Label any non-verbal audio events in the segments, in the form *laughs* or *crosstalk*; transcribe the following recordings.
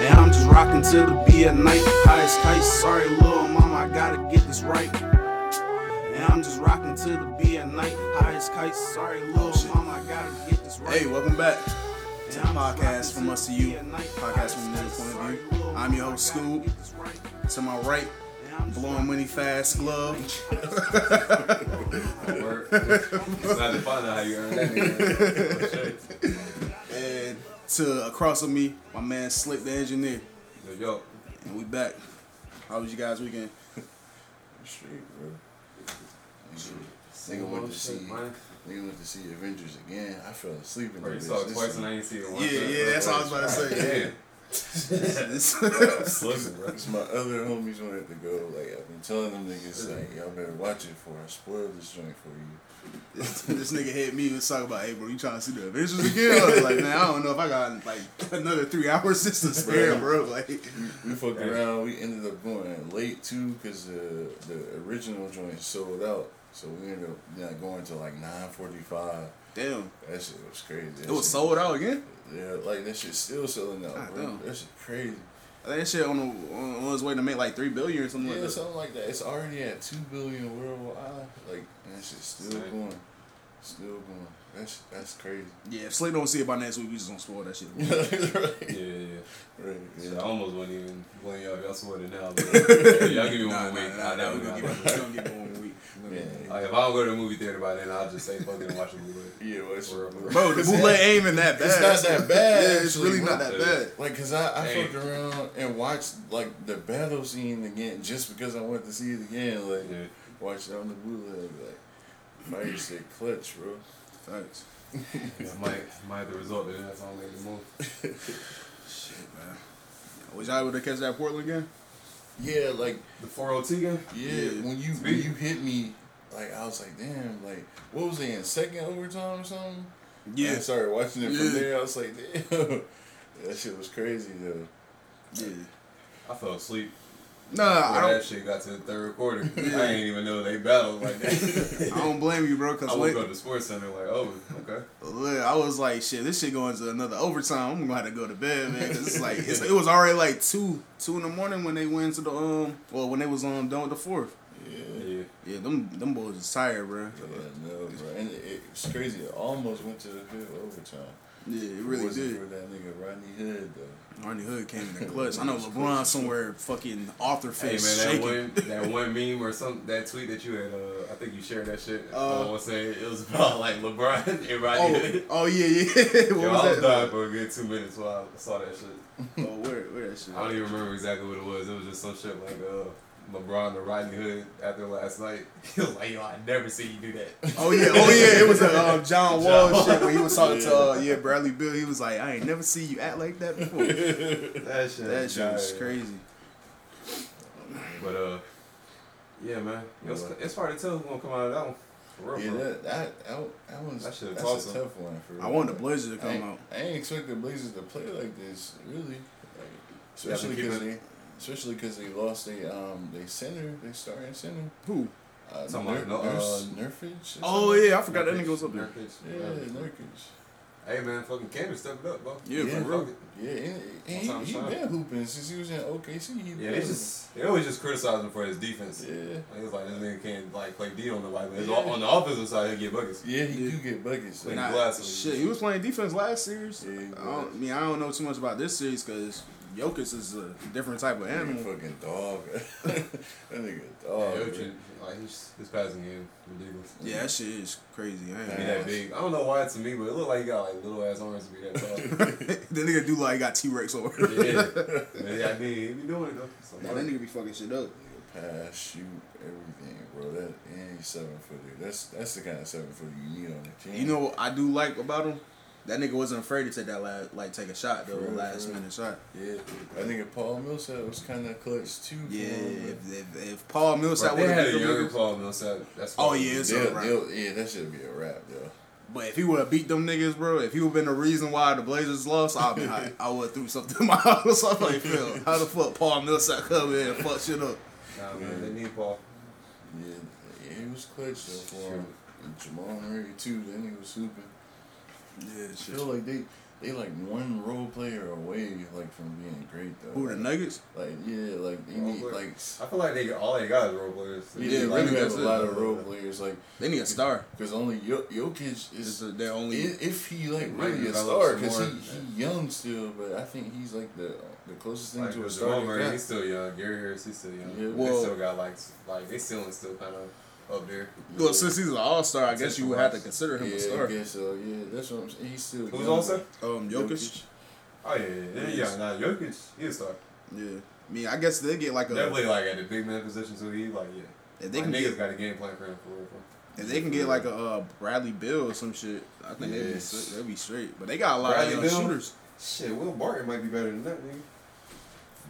Rockin' till the be a night. Highest kite. Sorry, little mama, I gotta get this right. And I'm just rockin' till the be a night. Highest kite. Sorry, little mama, I gotta get this right. Hey, welcome back to And the I'm just podcast rockin' from till us to the you. be a night. Podcast from the Highest point kite. of view. Sorry, little I'm your mama, host, I gotta Scoob. get this right. To my right, And I'm just blowing money fast glove. Work. *laughs* It's not to find out how you earn that nigga. And to across of me, my man Slick the engineer. Yo, yo. And we back. How was you guys weekend? Street, bro. Nigga went to see, Man. nigga went to see Avengers again. I fell asleep in Bro, that you bitch. saw it This twice shit- and I ain't seen it once. Yeah, yeah, that's all I was about to say. Yeah. Listen, *laughs* bro. It's my other homies wanted to go. Like I've been telling them niggas, like y'all better watch it for. I spoiled this joint for you. this, *laughs* this nigga hit me and was talking about, hey bro, you trying to see the Avengers again? I was like, man, I don't know if I got like another three *laughs* hours just to spare, bro. Like, *laughs* We fucked Hey. around. We ended up going late too, cause the the original joint sold out. So we ended up not going till like nine forty five. damn, That shit was crazy. That it was shit- sold out again. Yeah, like that shit still selling out, God bro. damn. That shit crazy. I think that shit on, the, on on its way to make like three billion or something Yeah, like that. something like that. It's already at two billion worldwide. Like that shit's still Same. going, still going. That's that's crazy. Yeah, if Slick don't see it by next week, we just gonna spoil that shit. right, right. Yeah, yeah, yeah. Shit, I Yeah. almost wouldn't even blame y'all. if Y'all swore it *laughs* now. But y'all give me one week. I nah, we never gonna got give it- it. we gonna give it one week. Yeah. Like, if I don't go to the movie theater by then, I'll just say fuck it and watch the movie. Yeah, well, it's, Real, real. Bro, the bootleg ain't even that bad. It's not that *laughs* bad, Yeah, it's actually, really not that bro. bad. like, cause I, I Hey. fucked around and watched like the battle scene again just because I wanted to see it again. Like, Yeah. watch it on the bootleg. Like, fire shit clutch, bro. Facts. Yeah, might, might have to resort to that song later move. Was y'all able to catch that Portland game? Yeah, like The 402 game? Yeah, Yeah. when you when you hit me, like I was like, damn, like what was it in second overtime or something? I started watching it Yeah. from there. I was like, damn, *laughs* that shit was crazy *laughs* though. yeah. *laughs* I fell asleep. Nah, I Before don't. that shit got to the *laughs* third quarter. I didn't even know they battled like that. I don't blame you, bro. Cause I look, woke up to Sports Center like, oh, *laughs* okay. look, I was like, shit, this shit going to another overtime. I'm gonna have to go to bed, man. 'cause it's like it's, it was already like two, two in the morning when they went to the um, well, when they was um done with the fourth. Yeah, Yeah. Yeah, them them boys is tired, bro. yeah uh, no, bro. And it, it was crazy. It almost went to the fifth overtime. Yeah, it If really wasn't did. For that nigga Rodney Hood *laughs* though. Arnie Hood came in the clutch. I *laughs* know LeBron somewhere fucking off their Hey man, face that shaking. *laughs* one that one meme or some that tweet that you had, uh, I think you shared that shit. Uh, I want to say it was about like LeBron *laughs* and Rodney Oh, Hood. oh yeah, yeah. *laughs* what Yo, I was was that? dying for a good two minutes while I saw that shit. Oh, where where that shit? I don't even remember exactly what it was. It was just some shit like uh, LeBron to Rodney Hood after last night. *laughs* He was like, yo, I never see you do that. Oh yeah, oh yeah, it was a *laughs* um, John Wall John Wall. shit when he was talking to uh, yeah Bradley Bill. He was like, I ain't never seen you act like that *laughs* before. That *laughs* shit. That shit was died. crazy. But uh, yeah, man, it was, it's hard to tell who's gonna come out of that one. For real, Yeah, for real. that that that, that one's That shit that's toss a him. tough one for real. I wanted the Blazers to I come ain't- out. I ain't expect the Blazers to play like this, really. Like, Yeah, especially but keep because it- they, especially 'cause they lost they um they center, they starting center. Who? Uh, Talking about no- Nurse- uh, Nurkic or Oh something? yeah, I forgot that nigga was up there. Yeah, Nurkic. Hey man, fucking Cannon stepped it up, bro. Yeah, Yeah. for real. Fuck it. Yeah, and, and All-time he, he shot. been hooping since he was in OKC. He Yeah, been- they just they always just criticize him for his defense. yeah, Like, it's like this nigga can't like play D on nobody, but it's Yeah. all, on the offensive side he'll get buckets. yeah, he Yeah. do get buckets. Wait, though. nah. Not- Glasses. shit, he was playing defense last series. Yeah, he I, don't, was. I mean, I don't know too much about this series because Jokic is a different type of That nigga animal. fucking dog. *laughs* that nigga Oh, dog. bro. like he's his passing game ridiculous. Yeah, that shit is crazy. I Be ain't that big. I don't know why to me, but it looked like he got like little ass arms to be that tall. *laughs* the nigga do like got T Rex over. yeah, yeah, I mean he be doing it though. So, Nah, that nigga be fucking shit up. Nigga Pass, shoot, everything, bro. That and he's seven footer. That's that's the kind of seven footer you need on the team. You know what I do like about him? That nigga wasn't afraid to take that last, like take a shot though, For real, last for real. minute shot. Yeah, I think Paul Millsap was kind of clutch too. Yeah, for him, if, if, if Paul Millsap Bro, they would had have a been younger them niggas, Paul Millsap. That's Oh, why- yeah, but it's they'll- a wrap. they'll- yeah, that should be a wrap though. but if he would have beat them niggas, bro, if he would have been the reason why the Blazers lost, I'd be hype. I would have threw something *laughs* in my house. I'm like, Phil, how the fuck Paul Millsap come in and fuck shit up? Nah, man, they need Paul. Yeah, yeah, he was clutch though for him. And Jamal Murray too. Then he was hooping. Yeah, I feel like they They like one role player away, like from being great though. Who the Nuggets? Like yeah, like they Role need player. like I feel like they all they got is role players. we Yeah, didn't really really have that's a it. lot of role players like They need a star. because only Jo- Jokic It's is uh, their only. if, if he like Might really a develop star some because more. he, he young still, but I think he's like the the closest thing Like to a with star. Jamal they Murray, got. he's still young. Gary Harris, he's still young. Yeah. they Well- still got like s- like they still still kind of up there. Well, since he's an all star, I guess Since you the would have to Rockets. consider him yeah, a star. I guess so. Yeah, that's what I'm saying. He's still Who's young. also? Um, Jokic. Oh yeah, yeah, yeah. yeah. Nah, Jokic, he's a star. Yeah. I mean, I guess they get like a Definitely like at the big man position, so he like yeah. if they Like, can niggas get got a game plan for him for real. For. if they can get like a uh, Bradley Bill or some shit. I think they'd be Yes. straight, they'd be straight. But they got a lot Bradley of young Beal? shooters. Shit, Will Barton might be better than that nigga.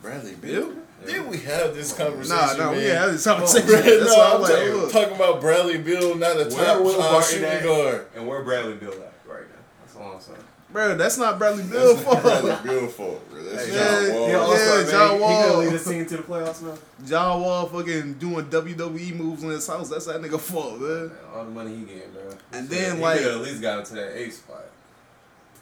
Bradley Bill. Yeah. Did we have this conversation? Nah, nah, we man? had *laughs* this conversation. *laughs* Brad, That's no, why I'm I'm like, talking, look. talking about Bradley Bill, not a Where top was five Barton shooting at? guard. And where Bradley Bill at right now? That's all I'm saying. Bro, that's not Bradley Bill fault. Bradley Bill for bro. That's Hey, John yeah, Wall. yeah, all-star, man. John He- He Wall. gonna lead his team to the playoffs now. *laughs* John Wall fucking doing WWE moves in his house. That's that nigga fault, man. Man, all the money he getting, bro. And He then, could've- like- he could at least got him to that eight spot.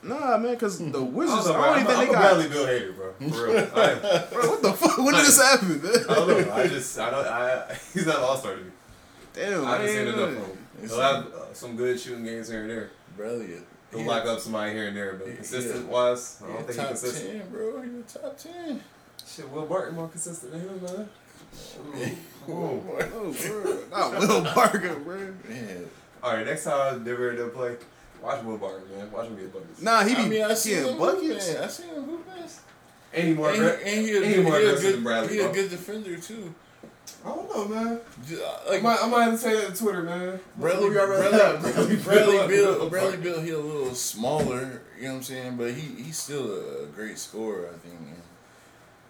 Nah, man, cause the I don't Wizards. know, bro. I don't I'm, even think I'm they a got. Bradley Bill hater, bro. For *laughs* real. I, Bro, what the fuck? When did this happen, I man? don't know. I just I don't. I *laughs* he's not an all star to me. *laughs* Damn, I haven't seen man. enough of him. He'll have uh, some good shooting games here and there. Bradley, He'll he- lock up somebody here and there, Yeah. but consistent wise, I he a don't think he's top consistent. ten, bro. He was top ten. Shit, Will Barton more consistent than him, *laughs* man. Oh, boy. Oh, bro. Not Will Barker, bro. man. All right, next time they were to play, watch Will Barton, man. Watch him get buckets. Nah, he be I mean, I seen getting him buckets. buckets. I seen him hoop this. Any more? And he, aggra- and he, a, He good- more he a aggressive than good, Bradley he a Bill. good defender too. I don't know, man. J- uh, I Like might, I might have to say that on Twitter, man. Bradley, Who y'all *laughs* rather Bradley, have? Bradley, Bradley Bill, Will Bradley Barton. Bill, he a little smaller, you know what I'm saying? But he, he's still a great scorer, I think.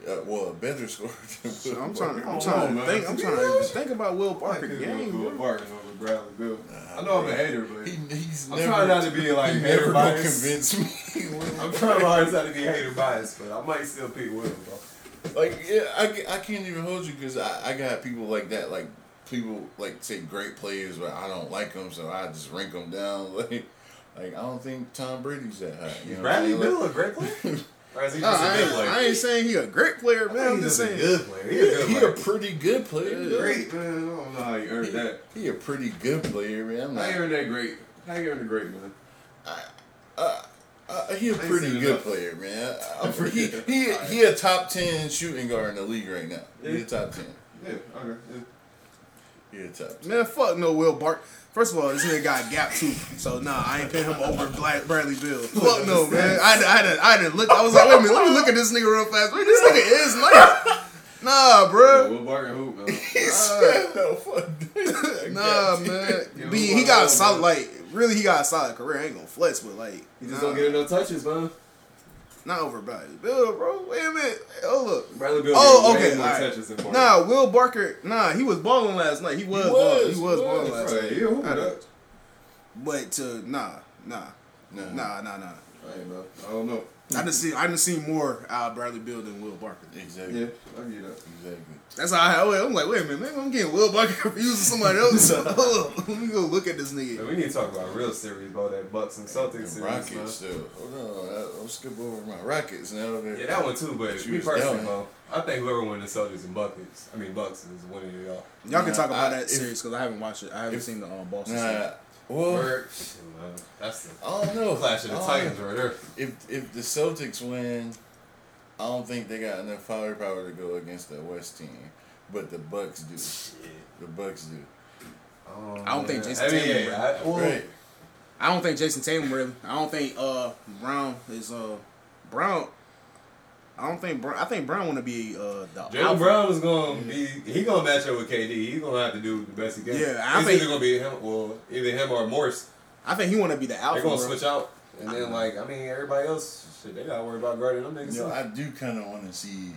Uh, well, a better *laughs* scorer. Than So I'm Will trying. Barton. I'm trying to man. think. I'm trying to even think about Will Barker Will game. bro. Barton over Bradley Bill. Nah, I know I'm bro. a hater, but He, he's I'm never, trying not to be like *laughs* he hater never gonna biased. convince me. *laughs* I'm trying my hardest not to be hater biased, but I might still pick Will. Bro. *laughs* like yeah, I, ca- I can't even hold you because I, I got people like that like people like say great players but I don't like them so I just rank them down *laughs* like like I don't think Tom Brady's that high. You Is know Bradley what I'm saying? Bill a great player? *laughs* Or is he No, just I, a good ain't, player? I ain't saying he a great player, man. I'm he's just just saying. a good player. He's a good Like, he, he a player. pretty good player. Yeah. though. Great, man. I don't know how you earned that. *laughs* He, he a pretty good player, man. I'm How you not, earned that great? How you earned a great, man? uh, uh, he a I ain't pretty seen good enough. player, man. I, I, he he he a top ten shooting guard in the league right now. He Yeah. a top ten. Yeah, okay. Yeah. He a top. 10. Man, fuck no Will Bark. First of all, this nigga got gap tooth, so nah, I ain't paying him over Black Bradley Bill. Fuck *laughs* no, man. I had- I had I didn't look. I was like, wait a minute, let me look at this nigga real fast. Wait, this nigga is nice. Nah, Yeah, bro. Will Barton hoop, man. He said, *laughs* no, fuck that. Nah, *laughs* man. Yeah, B, why he got a not, solid. man? Like, really, he got a solid career. I ain't gonna flex, but like, He just nah, don't get enough touches, man. not over Bradley Bill, bro. Wait a minute. Hold up. Bradley Bill Oh, get way okay, more alright. touches than Barton. Nah, Will Barker. Nah, he was balling last night. He was. He balling. was, He was was, balling last Bro, night. he a hooper, I know. dog. But to nah, nah, Nah. nah, nah, nah. Hey, man. I don't know. I done seen I done seen more out of Bradley Bill than Will Barker. Exactly. Yeah, I get that. Exactly. That's how I had I'm like, wait a minute, maybe I'm getting Will Barker *laughs* confused with somebody *laughs* else. Hold up, *laughs* Let me go look at this Man, nigga. we need to talk about real series about that Bucks and Celtics The series, man. Rockets, though. Hold on, I- I'll skip over my Rockets now. They're- Yeah, that one too, but But you me was personally, down. Mo, I think whoever won the Celtics and Buckets, I mean Bucks, is winning it all. Y'all can Nah, talk about I- that if- series because I haven't watched it. I haven't if- seen the um, Boston. series. Nah, well, Oh, Word. Shit, man. That's the I don't know. clash of the I don't Titans know. right there. If if the Celtics win, I don't think they got enough firepower to go against the West team. But the Bucks do. The Bucks do. Oh, I don't think man. Jason I mean, Tatum yeah, I, well, Right. I don't think Jason Tatum really. I don't think uh Brown is uh Brown. I don't think Brown. I think Brown want to be uh the Jalen alpha. Brown is gonna be he gonna match up with KD. He's gonna have to do the best he can. Yeah, I it's think- either gonna be him, well, either him or Morris. I think he want to be the alpha. They're gonna bro. switch out, and then like I mean, everybody else, shit, they gotta worry about guarding them niggas. You know, too. I do kind of want to see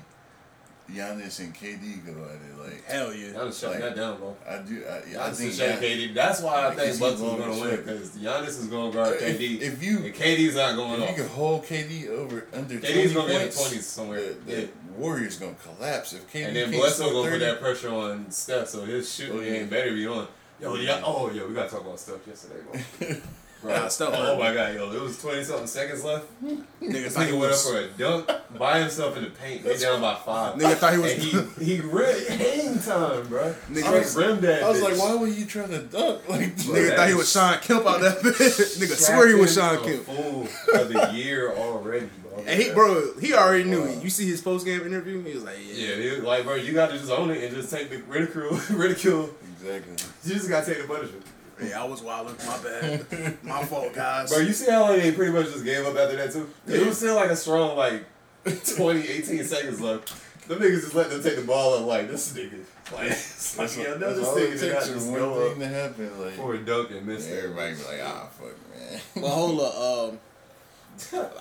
Giannis and KD go at it. Like, Hell yeah. Giannis shutting Like, that down, bro. I do. I, I Giannis think is shutting Gian- KD. That's why I think Because he Bucks is won gonna the win shit. because Giannis is gonna guard if, KD. if you and KD's not going if you off. can hold KD over under KD's 20 gonna be in the points, twenties somewhere. the, the Yeah. Warriors gonna collapse if KD And then can't Bledsoe score gonna put 30. that pressure on Steph, so his shooting Oh, yeah. game better be on. Yo, yeah. Oh, yeah, we gotta talk about Steph yesterday, bro. Bro, Nah, stop. Oh my god, yo, it was twenty something seconds left. Nigga This thought he nigga went up was. for a dunk by himself in the paint. They down by five. *laughs* *laughs* Nigga thought he was- And he he rim hang time, bro. Nigga- Nigga rimmed that. I was like, bitch. why were you trying to duck? *laughs* Like, Nigga thought he was Sean Kemp out that bitch. *laughs* Nigga swear he was Sean Captain Kemp. a Fool of the year already, bro. And he, bro, he already knew it. You see his post game interview? He was like, yeah. Yeah, dude, like bro, you gotta just own it and just take the ridicule. *laughs* ridicule. exactly. You just gotta take the punishment. Yeah, I was wilding. My bad. My fault, guys. Bro, you see how like, they pretty much just gave up after that too? It was still like a strong like *laughs* 20, 18 seconds left. Them niggas just let them take the ball up like this nigga. Like, it's like That's, yo, what, no, that's this all it nigga did not takes is just one go up thing to happen. Like, for a dunk and miss it. everybody be like, ah, *laughs* fuck, man. But hold up, um,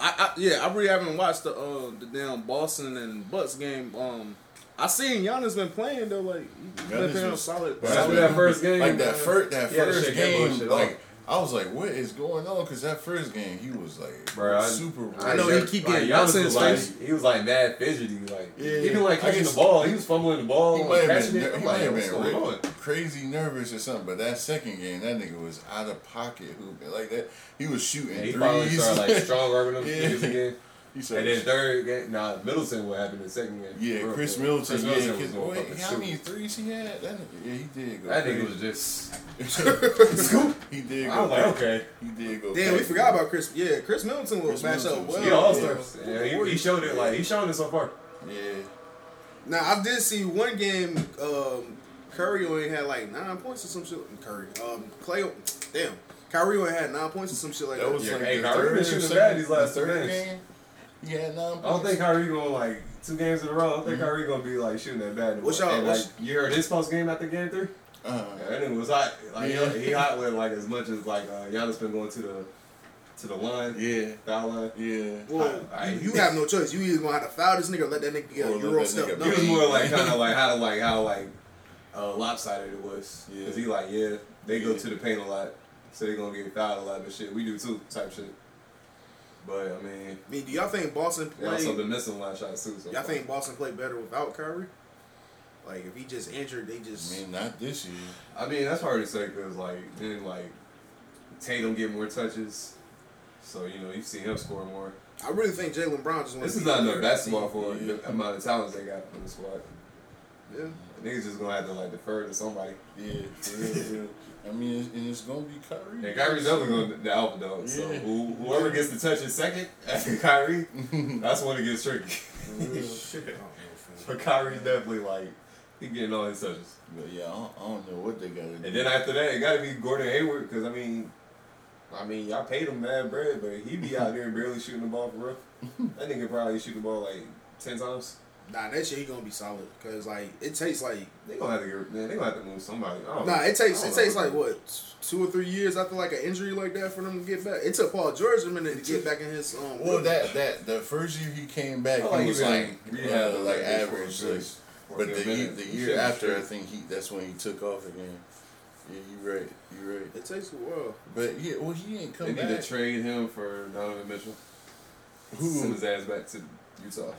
I, I yeah, I really haven't watched the uh, the damn Boston and Bucks game. Um, I seen Giannis been playing though, like he's been Giannis playing was- solid. Bro, After solid. that first game, like that man, first that he had to first shake that game, bullshit like I was like, what is going on? Because that first game, he was like Bro, I- super. off. I know he weird. keep like, getting Giannis bounce in was his like, face. He was like mad fidgety, like Yeah. even like I catching just- the ball, he was fumbling the ball, He might have catching been, it. he I'm might Oh, like, have what's been going re- on? crazy nervous or something, but that second game, that nigga was out of pocket hooping like that. He was shooting And he finally threes. started *laughs* like strong arming them Yeah. niggas again. He said, And then third game, nah, Middleton what happened in the second game. yeah, Real Chris quick. Middleton. Chris yeah, Middleton was Chris- going wait, fucking how shoot. many threes he had? That nigga, yeah, he did go. That crazy. *laughs* nigga was just. he did I go. was like, crazy. okay, He did go. Damn, we crazy. forgot about Chris. Yeah, Chris Middleton was Chris matched up Middleton was- well. he all stars. Yeah, he, he Warriors. showed it like he showed it so far. Yeah. Now I did see one game. Um, Curry only had like nine points or some shit. Curry, um, Clay, damn, Kyrie only had nine points or some shit like that. That was Yeah, like hey, the Kyrie third been or shooting second- bad these last the two third games. game. He had nine. I don't points. think Kyrie going like two games in a row. I don't Mm-hmm. think Kyrie gonna be like shooting that bad. no What's more. y'all- And, like, what's- you heard his post game after game three? Uh-huh. Yeah, that nigga was hot. Like Yeah. he hot with like as much as like uh, Giannis been going to the to the line, Yeah. foul line. Yeah. Well, I- I- *laughs* you, you have no choice. You either gonna have to foul this nigga or let that nigga get a Or let euro that nigga step. He No, was more like kind of like how like how like uh, lopsided it was. Yeah. Cause he like yeah they go Yeah. to the paint a lot, so they gonna get fouled a lot but shit. We do too type shit. But I mean, I mean, do y'all think Boston they played? also been missing a lot of shots too. So y'all think Boston played better without Kyrie? Like if he just injured, they I just mean, not this year. I mean that's hard to say because like then like Tatum get more touches, so you know you see him score more. I really think Jalen Brown just wants This is not enough basketball for Yeah. the amount of talents they got on the squad. Yeah. *laughs* Niggas just gonna have to like defer to somebody. Yeah, for real, for real. I mean, it's, and it's gonna be Kyrie. And Kyrie's definitely going to the alpha dog. So Yeah. who, whoever gets the touch in second *laughs* after Kyrie, Mm-hmm. that's when it gets tricky. *laughs* I don't know, fam. But Kyrie's definitely like he getting all his touches. *laughs* But yeah, I don't, I don't know what they gotta do. And then after that, it got to be Gordon Hayward because I mean, I mean y'all paid him mad bread, but he be out there barely shooting the *laughs* ball for real. That nigga probably shoot the ball like ten times. Nah, that shit he gonna be solid because like it takes like They gonna have to get man. They gonna have to move somebody. I Oh. don't nah it takes I it don't takes know. like what two or three years after like an injury like that for them to get back. It took Paul George a minute to get back in his um. well, rhythm. that that the first year he came back, I like he was even- like yeah, uh, like like average four, six. for But a the, minute. year, the He year should've after, I straight. think he that's when he took off again. Yeah, you right, you right. it takes a while. But yeah, well, he ain't They come need to back. trade him for Donovan Mitchell. Who? Send his ass back to Utah.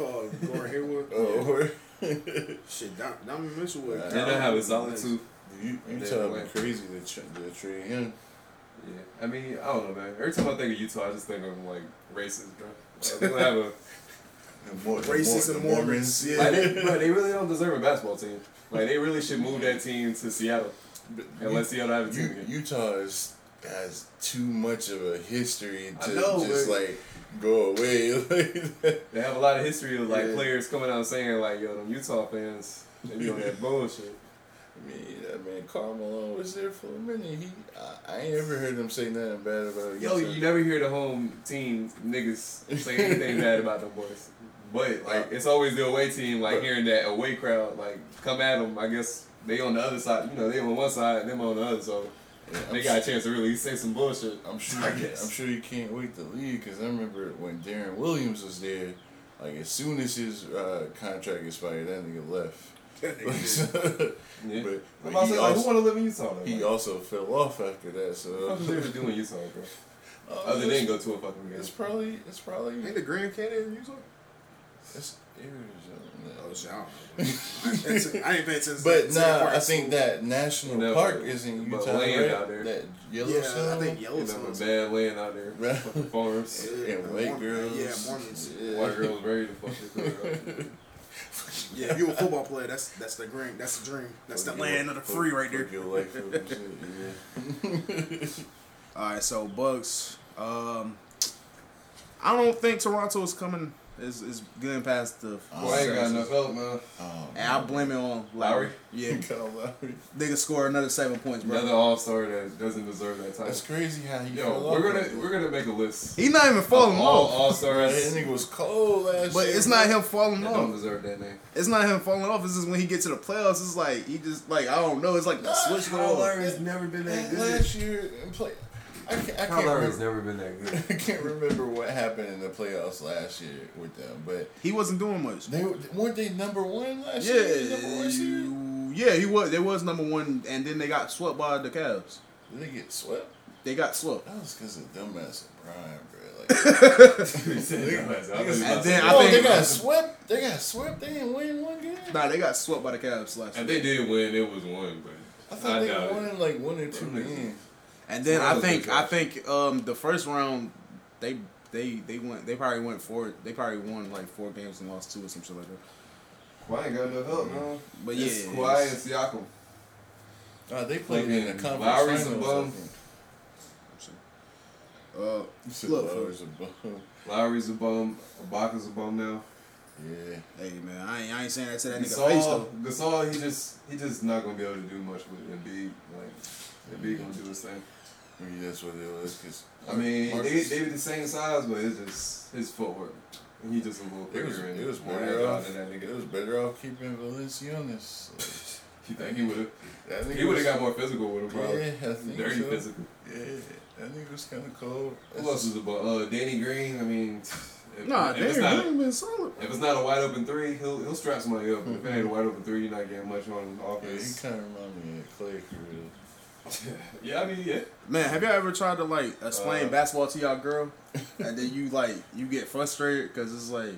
Oh, Gordon Hayward. oh, *laughs* Shit, Dom, Donovan Mitchell was. Nah, They don't have a *laughs* solid two. you you And then tell me went. crazy to, tr- to trade him. Yeah, I mean, I don't know, man. Every time I think of Utah, I just think of like racist, bro. Like, they don't have *laughs* a, The more, the Racist more- and the more- Mormons, yeah. like, they, bro, they really don't deserve a basketball team. Like they really should move that team to Seattle *laughs* But and let Seattle have a team U- again. Utah is, has too much of a history I to know, just but- like go away *laughs* like that. They have a lot of history of like Yeah. players coming out saying like, "Yo, them Utah fans, they be on *laughs* that bullshit." I mean, that man Karl Malone was there for a minute. He, I, I ain't ever heard him say nothing bad about Yo, Utah. you never hear the home team niggas say anything bad about them boys. But like, it's always the away team. Like hearing that away crowd, like come at them. I guess they on the other side. You know, they on one side, and them on the other. So Yeah, I'm they got a chance to really say some bullshit. I'm sure. I he- guess. I'm sure he can't wait to leave because I remember when Darren Williams was there. Like as soon as his uh, contract expired, that nigga left. That nigga Like, did. *laughs* so- Yeah. but I'm but about to he, say, like, who also, want to live in Utah? Though? he like, also fell off after that. So what the fuck is they *laughs* doing Utah, bro? Uh, Other than go to a fucking game. it's probably it's probably Ain't the Grand Canyon in Utah? That's Oh, Arizona. shit, I don't know. I *laughs* ain't paying atten- I ain't paying attention. But to the nah, parts. I think that national Never. park is in But Utah, land right? out there. That Yeah, Yellowstone. I think You know, Yellowstone. bad land out there. Right. Fucking farms. Yeah, and white Mormon- girls. Yeah, Mormons. *laughs* Yeah. White girls ready to fuck your girl up. Yeah, if you're a football player, that's that's the dream. That's the dream. That's the Fuck land your- of the free right fuck there. your life up and shit, yeah. All right, so Bucks. Um, I don't think Toronto is coming is is getting past the. Boy, I Oh, ain't got seven. enough help, man. Oh, And I blame it on Lowry. Lowry? Yeah, Kyle Lowry. they could score another seven points, bro. Another all star that doesn't deserve that title. That's crazy how he. Yo, fell we're off. gonna we're gonna make a list. He's not even falling all off, all That stars that nigga was cold last but year. it's not him falling don't off. deserve that name. It's not him falling off. It's just when he gets to the playoffs, it's like he just like I don't know. It's like the switch going on. has never been Like, last year and play. I can't, I can't Lowry's remember. never been that good. I can't remember *laughs* what happened in the playoffs last year with them, but He wasn't doing much. they were- weren't they number one last Yeah, year. Number one seed? yeah, he was. They was number one, and then they got swept by the Cavs. Did they get swept? They got swept. *laughs* That was because of dumbass Brian, *coughs* bro. Like, And then I oh, think- they got swept. They got swept. They didn't win one game. Nah, they got swept by the Cavs last if year. they did win, it was one, but I thought they doubt it. won like one or two Them niggas- games. And then I Swept by the think I Cavs. think um the first round they they they went they probably went four they probably won like four games and lost two or some shit like that. Kawhi ain't got enough help, man. But yeah, it's it's- Kawhi and Siakam. Uh, they played in the Fucking conference Lowry's a finals. bum. I think. Uh, You said Look, Lowry's a bum. Lowry's a bum. Ibaka's a bum now. Yeah. hey man, I ain't, I ain't saying that to that nigga face Gasol, though. Gasol, he just he just not gonna be able to do much with Embiid. Like Embiid gonna do his thing. Maybe that's what it was. Cause I mean, they, Marcus- they be the same size, but it's just his footwork. He just a little It was, bigger and it was more better agile off. than that It nigga. *laughs* was better off keeping Valenciunas. You think he would have? That nigga He would was- have got more physical with him, probably. Yeah, I think Dirty so. physical. Yeah, that nigga was kind of cold. Who else is above? Uh, Danny Green. I mean, *sighs* if, Nah, if they it's not ain't been solid. if it's not a wide open three, he'll he'll strap somebody up. But If it ain't a wide open three, you're not getting much on Mm-hmm. Yeah, he offense. kind of reminded me of Clay for real. *laughs* Yeah, I mean, yeah. Man, have y'all ever tried to like explain Uh, basketball to y'all *laughs* girl, and then you like you get frustrated because it's like,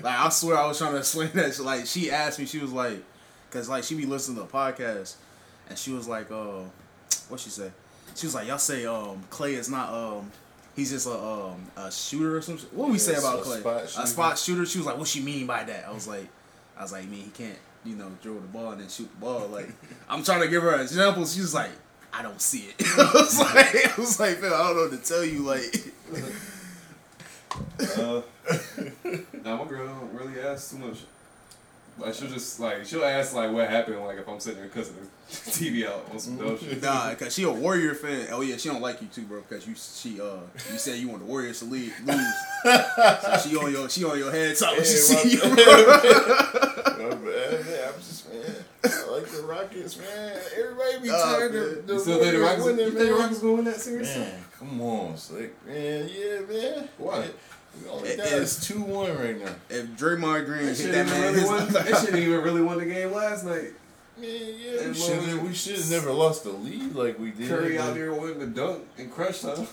like I swear I was trying to explain that. shit. Like she asked me, she was like, because like she be listening to the podcast, and she was like, uh, what she say? She was like, y'all say um Clay is not um. He's just a um, a shooter or something. What we Yeah, say about a Clay? spot a shooter. spot shooter. She was like, "What she mean by that?" I was like, "I was like, man, he can't, you know, dribble the ball and then shoot the ball." *laughs* Like, I'm trying to give her an example. She was like, I don't see it. *laughs* I was like, I was like, man, I don't know what to tell you. Like, Uh, *laughs* nah, my girl don't really ask too much. Like she'll just like she'll ask like what happened like if I'm sitting there cussing the *laughs* TV out on some dumb shit. nah, cause she a Warrior fan. Oh yeah, she don't like you too, bro. Cause you, she, uh, you said you want the Warriors to lead, lose. so *laughs* she on your, she on your head. So when she see *laughs* you, bro. My bad, man. I'm just man. I like the Rockets, man. Everybody be Nah, tired man. of the You still think the Warriors Rockets? You winning, think the man. Rockets gonna win that series? Man, come on, slick man. Yeah, man. Why? We only It- down. it's- It's two one right now. If Draymond Green That hit shit that didn't man, really *laughs* won. That his, shit didn't even really won the game last *laughs* night. Man, yeah. We And should Logan- have we should have never lost the lead like we did. Curry out there winning the dunk and crushed them.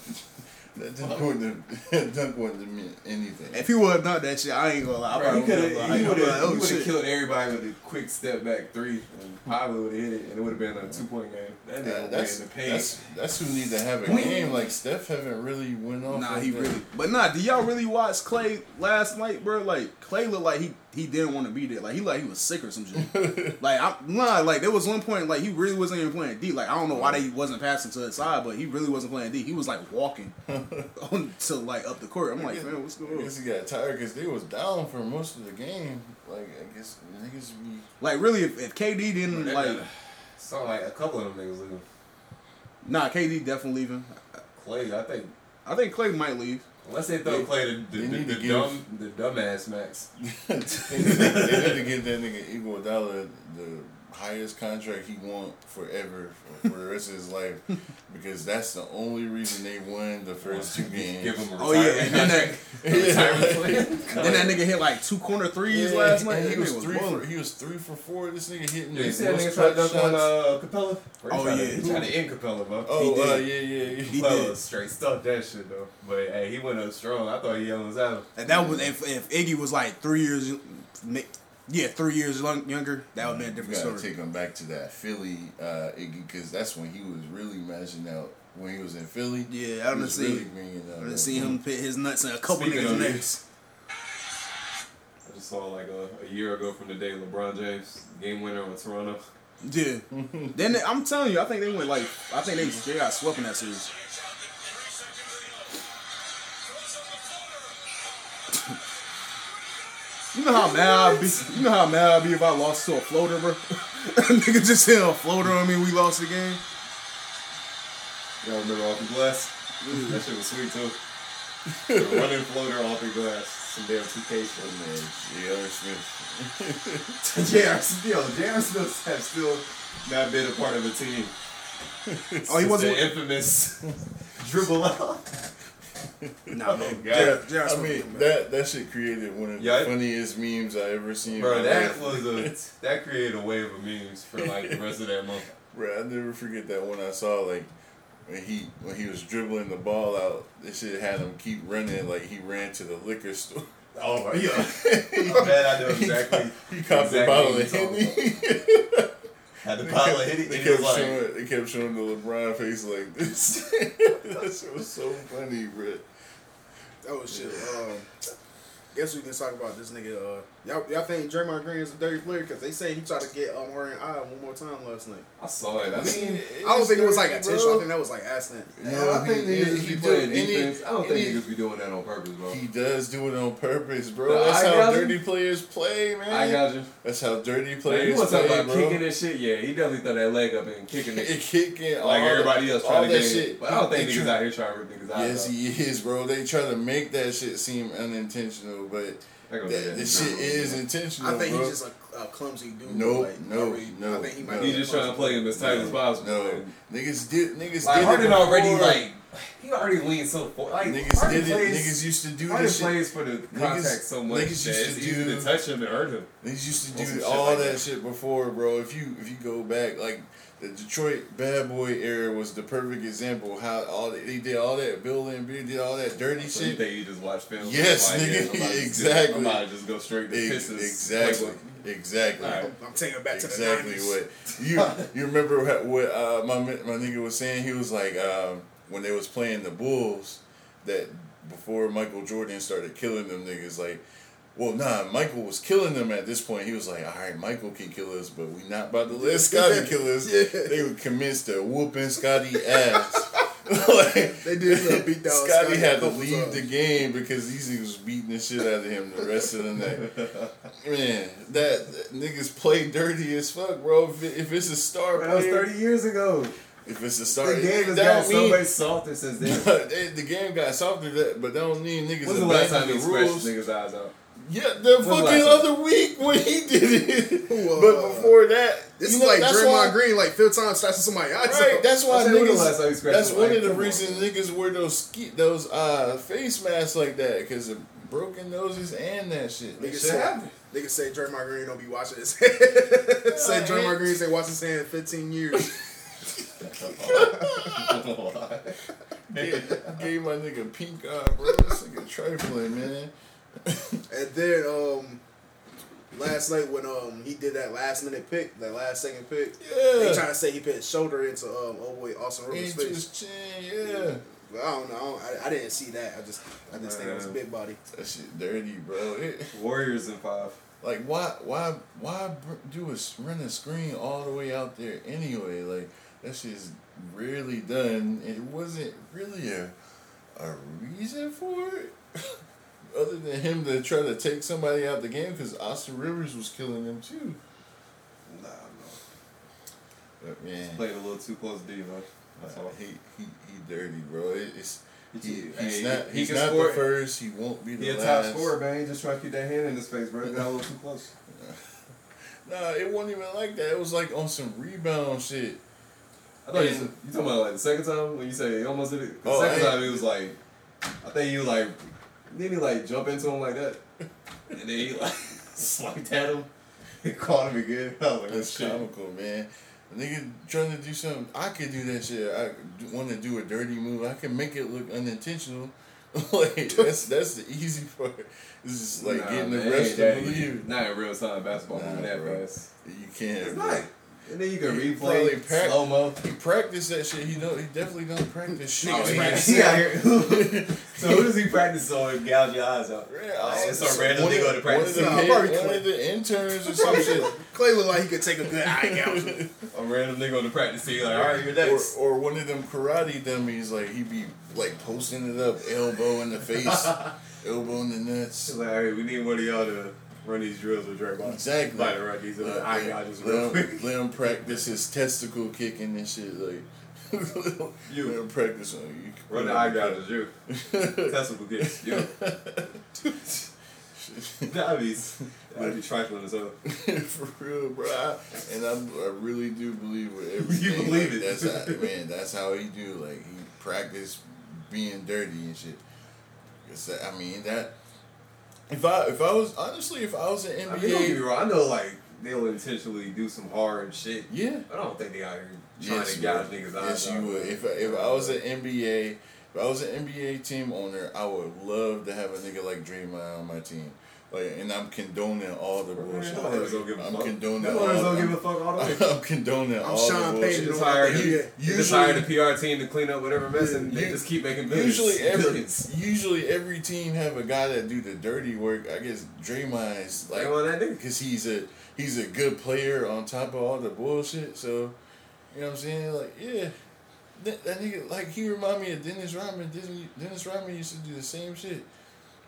That dunk wouldn't have- *laughs* that dunk wouldn't have meant anything. if he would have done that shit, I ain't gonna lie. I Bro, probably he would have. could Like, have he I'm would like, have oh shit. killed everybody with a quick step back three and probably would have hit it and it would have been a two point game. That Yeah, nigga that's, that's, in the paint. that's that's who need to have a game. Like Steph haven't really went off. Nah, like he that. really. But nah, do y'all really watch Clay last night, bro? Like Clay looked like he he didn't want to be there. Like he like he was sick or some *laughs* *laughs* shit. like I'm nah. Like there was one point like he really wasn't even playing D. Like I don't know why Mm-hmm. they wasn't passing to his side, but he really wasn't playing D. He was like *laughs* walking on to like up the court. I'm like, man, what's I going on? guess he got tired because they was down for most of the game. Like I guess niggas be *laughs* Like really, if, if KD didn't That like, nigga- sound like a couple of them niggas leaving. nah, KD definitely leaving. Clay, I think I think Clay might leave. Unless they throw They- Clay the, the, they the, need the, to give- dumb the dumbass max. they, need to- they need to give that nigga Iguodala the highest contract he want forever for, for the rest of his life because that's the only reason they won the first two games. Give him a Oh yeah, retirement *laughs* and then *laughs* that, retirement plan. then that nigga hit like two corner threes Yeah, last and night. That He was, nigga was three balling. for, he was three for four. This nigga hitting Yeah, the you see that most nigga tried to clutch dunk on shots. uh, Capella? Bro, he Oh, tried to- yeah. He tried to end Capella, bro. Oh He uh, did. yeah, yeah, yeah. He Capella did. straight stuffed that shit, though. But, hey, he went up strong. I thought he almost had him. And that was if, if Iggy was like three years, ma- yeah, three years lung- younger, that would have been a You different gotta story. take him back to that Philly uh, Iggy because that's when he was really mashing out when he was in Philly. Yeah, I He done was seen, bringing out I done that- seen him pit his nuts in a couple Speaking niggas' of- necks. I just saw, like, a, a year ago from the day LeBron James, game winner on Toronto. Yeah. then they- I'm telling you, I think they went like, I think they they got swept in that series. *laughs* You know how mad I'd be. You know how mad I'd be if I lost to a floater, bro. *laughs* Nigga just hit a floater on me. We lost the game. Y'all remember off the glass? that shit was sweet too. The Running floater off the glass. Some damn 2K Oh, shit. man, J.R. Smith. J.R. Smith, yo, J.R. Smith has still not been a part of a team. Oh, he It's wasn't. the infamous *laughs* dribble out. Nah, man. God. J.R. J.R. I Smith, mean, man. that that shit created one of Yeah, it- the funniest memes I ever seen. in Bro, my that life. was a that created a wave of memes for like the rest of that *laughs* month. Bro, I never forget that one I saw. Like when he when he was dribbling the ball out, this shit had him keep running. Like he ran to the liquor store. Oh yeah, man, I know exactly. *laughs* He copped exactly the bottle what of you're talking Henny. Had the pile of hitting, They and it was kept, like, showing, they kept showing the LeBron face like this. *laughs* that shit was so funny, bro. That was shit. Um, guess we can talk about this nigga. Uh, y'all, y'all think Draymond Green is a dirty player? Because they say he tried to get um, Aaron I one more time last night. I saw it. I mean, I don't think it was like intentional. I think that was like accident. I think he- niggas he be do playing any- defense. I don't any- think niggas be doing that on purpose, bro. He does do it on purpose, bro. The That's eye how gouging? dirty players play, man. I got you. That's how dirty Like, you players want to talk play, about kicking *laughs* bro. and shit? Yeah, he definitely threw that leg up and kicking *laughs* And it kicking, all like that- everybody else all trying to that get shit. it. But I don't think They niggas try- out here trying to rip niggas out. Yes, he is, bro. They try to make that shit seem unintentional, but that, this shit is intentional, I think bro. he's just a, a clumsy dude. No, like, no, I really- no, I think he no. might be He's just trying to play him as tight as possible. no, man. niggas did, niggas Like did it Harden already before. like he already leaned so far. Like niggas Harden did it. plays, Niggas used to do Harden this shit. plays for the contact so much that niggas used to it's easy do- to touch him and hurt him. They used Or to some do shit all like that that. shit before, bro. If you if you go back, like the Detroit bad boy era was the perfect example of how all that, they did all that building, they did all that dirty So you shit. think you just watch film? Yes, like, nigga, yeah, I'm about to just- *laughs* exactly. I'm about to just go straight to Ex- pisses. Exactly, Like, exactly, All right. I'm taking it back to exactly the 90s. what you you remember what, what uh, my mi- my nigga was saying. He was like um, when they was playing the Bulls that before Michael Jordan started killing them niggas like. Well, nah, Michael was killing them at this point. He was like, all right, Michael can kill us, but we not about to let *laughs* Scotty kill us. Yeah. They would commence to whooping Scotty ass. *laughs* like, They did a little beat down on Scotty Scotty had to a couple leave times. the game because these niggas was beating the shit out of him the rest of the night. Man, that, that niggas play dirty as fuck, bro. If, it, if it's a star That was player, thirty years ago. if it's a The star, game has gotten that don't so mean, much softer since then. *laughs* They- the game got softer, that, but that don't mean niggas When's the last time abandon he the rules. scratched niggas' eyes out? Yeah, the the fucking last other week when he did it. Whoa. but before that, This you is know, like that's Draymond why- Green, like Phil Thomas slash somebody. else. Right, *laughs* that's I why said, when the niggas. last time you scratched that's your one leg? of the Come on, reasons man. niggas wear those ski, those uh face masks like that because of broken noses and that shit. That Niggas shit say, *laughs* happened. niggas say Draymond Green don't be washing his *laughs* hand. say Nah, Draymond it- Green say wash his hand in 15 years. *laughs* *laughs* Gave, gave my nigga pink eye, bro. This nigga trifling, man. and then um, last night when um he did that last minute pick, that last second pick, they trying Yeah. to say he put his shoulder into um old boy Austin Rivers' Into face. his chin, yeah. But I don't know. I, don't- I, I didn't see that. I just I just think it was Man. big body. That shit dirty, bro. It, Warriors in five. like, why, why, why br- do a s- run a screen all the way out there anyway? Like, that shit's rarely done. It wasn't really a, a reason for it, *laughs* other than him to try to take somebody out the game because Austin Rivers was killing him too. Nah, no. But man, Played a little too close D, man. That's all. he, he, he dirty, bro. It, it's He, Hey, he's not, he he's can not score. the first. He won't be the He a top last. scorer, man. He just trying to keep that hand in his face, bro. Got a little too close. Nah, it wasn't even like that. It was like on some rebound shit. I thought you, said- you talking about like the second time when you say he almost did it. The Oh, second hey. time it was like, I think you like, didn't he like jump into him like that? And then he like *laughs* swiped at him and caught him again. *laughs* I was like, oh, That's shit. comical, man. A nigga trying to do something. I could do that shit. I want to do a dirty move. I can make it look unintentional. *laughs* like that's that's the easy part. It's just like Nah, man, getting the it rest ain't to that easy. believe. Not in real time basketball Nah, moving that bro. fast. You can't. It's bro. not. And then you can He probably replay packed- slow mo. He practiced that shit. He don't. He definitely don't practice shit. Oh, He he- man. practice- he out here. so who does he practice on? and Gouge your eyes out. Oh, Yeah, I It's was just- a random one of- nigga on the one of *laughs* practice. the Nah, pa- probably One Clay. of the interns or some shit. Clay looked like he could take a good *laughs* eye gouge. A random nigga on the practice team. Like, all right, you're Or, next. or one of them karate dummies, like he be like posting it up, elbow in *laughs* the face, elbow in the nuts. She's like, all right, we need one of y'all to run these drills with Draymond. Exactly. Like, right, these are the Let- eye let- gouges real let, quick. *laughs* him, let him practice his testicle kicking and shit. Like, *laughs* You. let him practice on you. Run the eye gouges, *laughs* you. Testicle gets you. *laughs* That'd be, that'd be trifling as hell. *laughs* For real, bro. I, and I, I really do believe with *laughs* everything. believe it. like, That's *laughs* how, man. That's how he do. Like he practice being dirty and shit. It's that- I mean that. If I if I was honestly if I was an I mean, don't get me NBA, wrong. I know, like, they'll intentionally do some hard shit. yeah. I don't think they out here trying Yes, to you gouge would. niggas' eyes Yes, you out. would. If I, if I was an NBA, if I was an NBA team owner, I would love to have a nigga like Draymond on my team. Like, and I'm condoning all the bullshit. Them owners don't give a I'm fuck. condoning Them all. owners don't I'm- give a fuck all the way. *laughs* I'm condoning I'm all Sean Payton. the bullshit. It's It's hired. Yeah. They just Usually- hired a PR team to clean up whatever mess, and they You- just keep making billions. *laughs* *laughs* Usually every billions. usually every team have a guy that do the dirty work. I guess Draymond is They like want that *laughs* nigga. because he's a he's a good player on top of all the bullshit. So you know what I'm saying? Like yeah, that, that nigga like he remind me of Dennis Rodman. Dennis, Dennis Rodman used to do the same shit.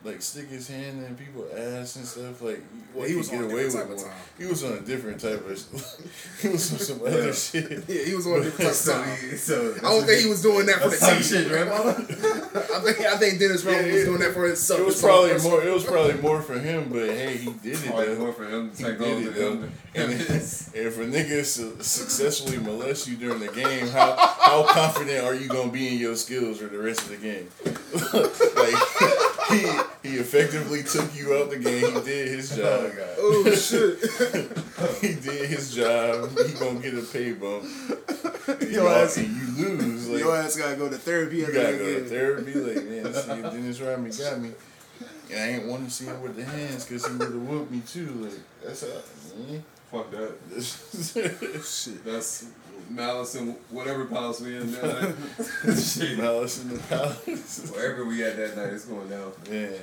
Like stick his hand in people's ass and stuff. Like Well, he they could was on a different type more. of time. He was on a different type of. *laughs* he was on some other shit. *laughs* Yeah, he was on a different type So, of time. he- so I don't think he was doing that for the that's some team. *laughs* shit, Draymond. I think I think Dennis Rodman Yeah, was it- doing that for himself. It was probably more. It *laughs* was probably more for him, but hey, he did it Probably more though. for him to He take did over it though. than *laughs* *laughs* And him. if if a nigga su- successfully molests you during the game, how how confident are you gonna be in your skills for the rest of the game? *laughs* like *laughs* he he effectively took you out the game. He did his job. *laughs* Oh shit! *laughs* he did his job. He gonna get a pay bump. *laughs* And Yo, y'all- that's- and you lose. Like, Your ass gotta go to therapy. you after gotta that go to game. therapy. Like, man, this nigga Dennis Rodman got me. And I ain't want to see him with the hands because he would have whooped me too. Like, that's how. Man. Fuck that. This- Shit. That's malice and whatever palace we in *laughs* that night. Shit. Malice in the palace. Wherever we at that night, it's going down. *laughs*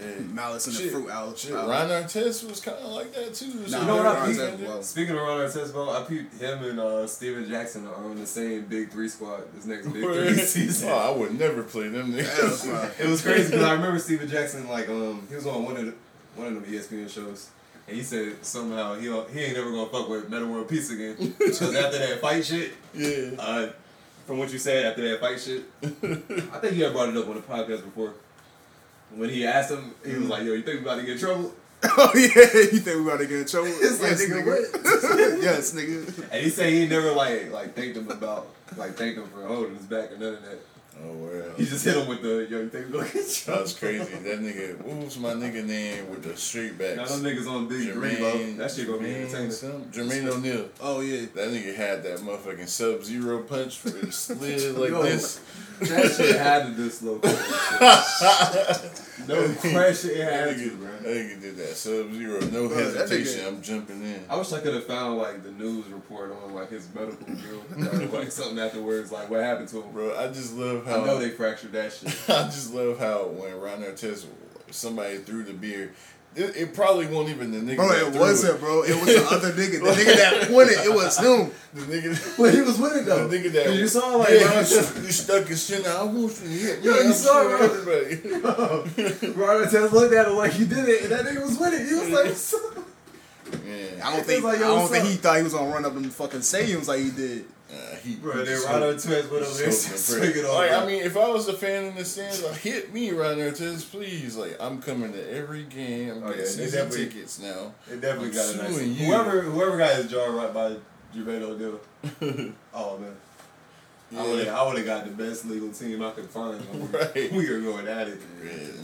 Yeah. Yeah. Malice and the Shit. fruit out. Shit, Ron Artest was kind of like that too. you So Uh, know what I Ron think? Artest- *laughs* Well, Speaking of Ron Artest, bro, I peeped him and uh, Steven Jackson are on the same Big Three squad this next Big Three season. Oh, I would never play them niggas. It was crazy because I remember Steven Jackson like um he was on one of the one of them E ESPN shows and he said somehow he don't- he ain't never gonna fuck with Metal World Peace again because after that fight shit, yeah. uh, from what you said after that fight shit, I think you had brought it up on the podcast before. When he asked him, he was like, "Yo, you think we about to get in trouble?" *laughs* Oh yeah, you think we about to get in *laughs* trouble? It's like, nigga, nigga. *laughs* yes, nigga. And he said he never like like thanked him about like thanked him for holding his back or none of that. *laughs* Oh, well. He just hit him with the "Yo, you think we gonna get in That trouble?" was crazy. That nigga, what was my nigga name with the straight Now backs? them niggas on big three, bro. Jermaine, That shit gonna be Jermaine entertaining. something. Jermaine O'Neal. Oh yeah. That nigga had that motherfucking sub zero punch for *laughs* his slid like Yo. this. That shit had to dislocate. *laughs* no pressure, it had That to, nigga, bro. that nigga did that sub zero, Bro, no that hesitation. nigga- I'm jumping in. I wish I could have found like the news report on like his medical bill, *laughs* or, like something afterwards, like what happened to him. Bro, I just love I how know they fractured that *laughs* shit. I just love how when Ron Artest somebody threw the beer, it, it probably wasn't even the nigga. Bro, that it threw wasn't, bro. It was *laughs* the other nigga. The nigga *laughs* that pointed, it was him. The *laughs* nigga. But he was with it The nigga that you saw like yeah, Ron- he stu- he stuck his chin out. I want you to hit me. Yo, you I'm saw it, shooting *laughs* everybody. *laughs* Ron Artest looked at him like he did it, and that nigga was with it. He was like, Yeah. I don't think like, I yo, don't what's think up? he thought he was gonna run up them fucking stadiums like he did. Uh, he, Bro, they just right on hope- Twitch with just *laughs* them. They *laughs* hope swing and pray. it off. Oh, Like, I mean, if I was a fan in the stands, like, hit me right there, Tiz, please. Like, I'm coming to every game. I'm Oh, yeah, getting they season definitely- Oh, tickets now. It definitely got a nice. Suing you. Whoever whoever got his jar right by Jermaine O'Neal. *laughs* oh man, I would have I would have got the best legal team I could *laughs* find. Right. We are going at it.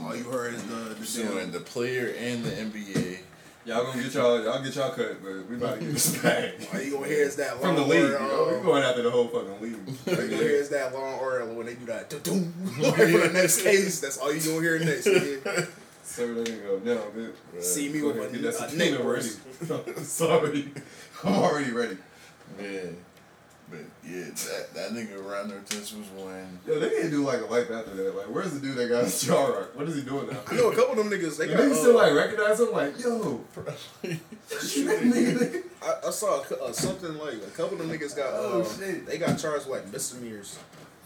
All Oh, you heard is the, the damn- Suing the player and the NBA. Y'all gonna get y'all y'all get y'all cut, but we about to get this *laughs* back All oh, you gonna hear is that long from the league. You order. know? We um, going after the whole fucking *laughs* all you gonna league. hear is that long order when they do that. "Dun-dun," *laughs* Like for the *laughs* next case, that's all you gonna hear next. nigga. Sir, let me go now, man. See me Go with ahead, my get that uh, subpoena neck ready. brace. *laughs* Sorry, I'm already ready. Man. But yeah, that, that nigga Ron Artest was one. Yo, they didn't do like a life after that. Like, where's the dude that got his jaw rocked? What is he *laughs* doing now? I know a couple of them niggas. They Like, got, niggas still uh, like recognize him, like, yo, nigga, I, I saw a cou- uh, something like a couple of them niggas got. Uh, Oh, shit. They got charged with like misdemeanors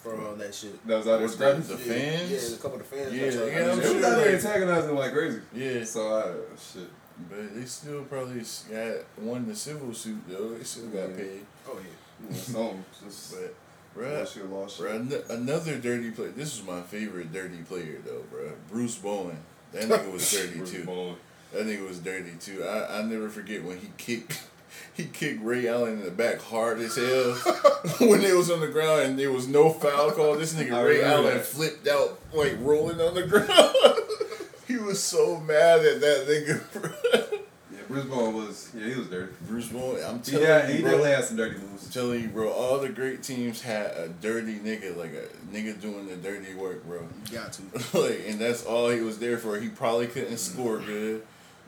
for uh, that shit. That was out there Was *laughs* that scrapping. the Yeah, Yeah, a fans? couple of the fans. Yeah, got charged. Oh, yeah, They I'm was sure, out there like- antagonizing like crazy. Yeah. So I shit. But they still probably s- got won the civil suit though. They still Yeah. got paid. Oh yeah. So just But bruh, unless you lost. bruh, an- another dirty player. This is my favorite dirty player though, bruh. Bruce Bowen. That nigga *laughs* was dirty too. That nigga was dirty too. I I never forget when he kicked. *laughs* He kicked Ray Allen in the back hard as hell *laughs* when they was on the ground and there was no foul call. This *laughs* I nigga Ray remember Allen that. flipped out like rolling on the *laughs* ground. he was so mad at that nigga. bruh. Yeah, Bruce Bowen was. Yeah, he was dirty. *laughs* Bruce Bowen, I'm He telling yeah, you, he bro. definitely had some dirty I'm moves. telling you, bro, all the great teams had a dirty nigga, like a nigga doing the dirty work, bro. *laughs* You got to. like, and that's all he was there for. He probably couldn't score *laughs* good. Mm.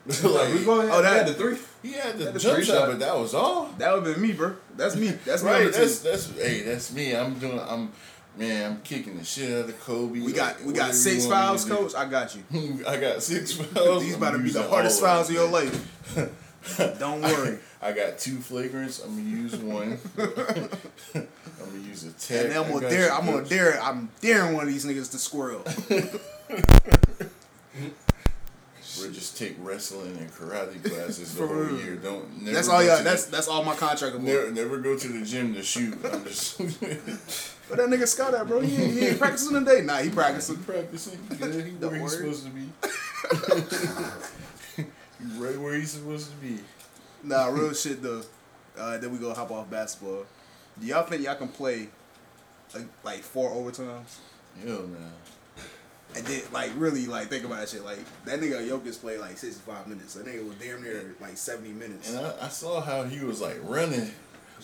Like, Bruce like, Bowen oh, that- oh, that, had the three. he had the That's jump free shot, shot. but that was all. That would have been me, bro. That's me. That's me. on Right? the That's team. that's hey, that's me. I'm doing. I'm man. I'm kicking the shit out of Kobe. We got we got Like, whatever six you want fouls, me to coach. I got *laughs* you. do. *laughs* I got six fouls. These I'm about to be using the hardest all fouls of of your them. life. *laughs* Don't worry. *laughs* I got two flagrants. I'm gonna *laughs* use one. *laughs* I'm gonna use a tech. And then I'm I gonna got dare. you, I'm gonna bitch. dare. I'm daring one of these niggas to squirrel. Or just take wrestling and *laughs* karate classes For the whole real. year. Don't never That's go all to y'all. the- That's that's all my contract. About. never, never go to the gym to shoot. I'm *laughs* just But that nigga Scott, at, bro, he ain't, he ain't practicing today. Nah, he practicing. *laughs* practicing. Good. He Don't where he's worry. supposed to *laughs* be. He right where he's supposed to be. *laughs* Nah, real shit though. Uh, then we go hop off basketball. Do y'all think y'all can play like, like four overtimes? Hell no. And then like really like think about that shit. Like that nigga Jokic played like sixty five minutes. That nigga was damn near like seventy minutes. And I, I saw how he was like running.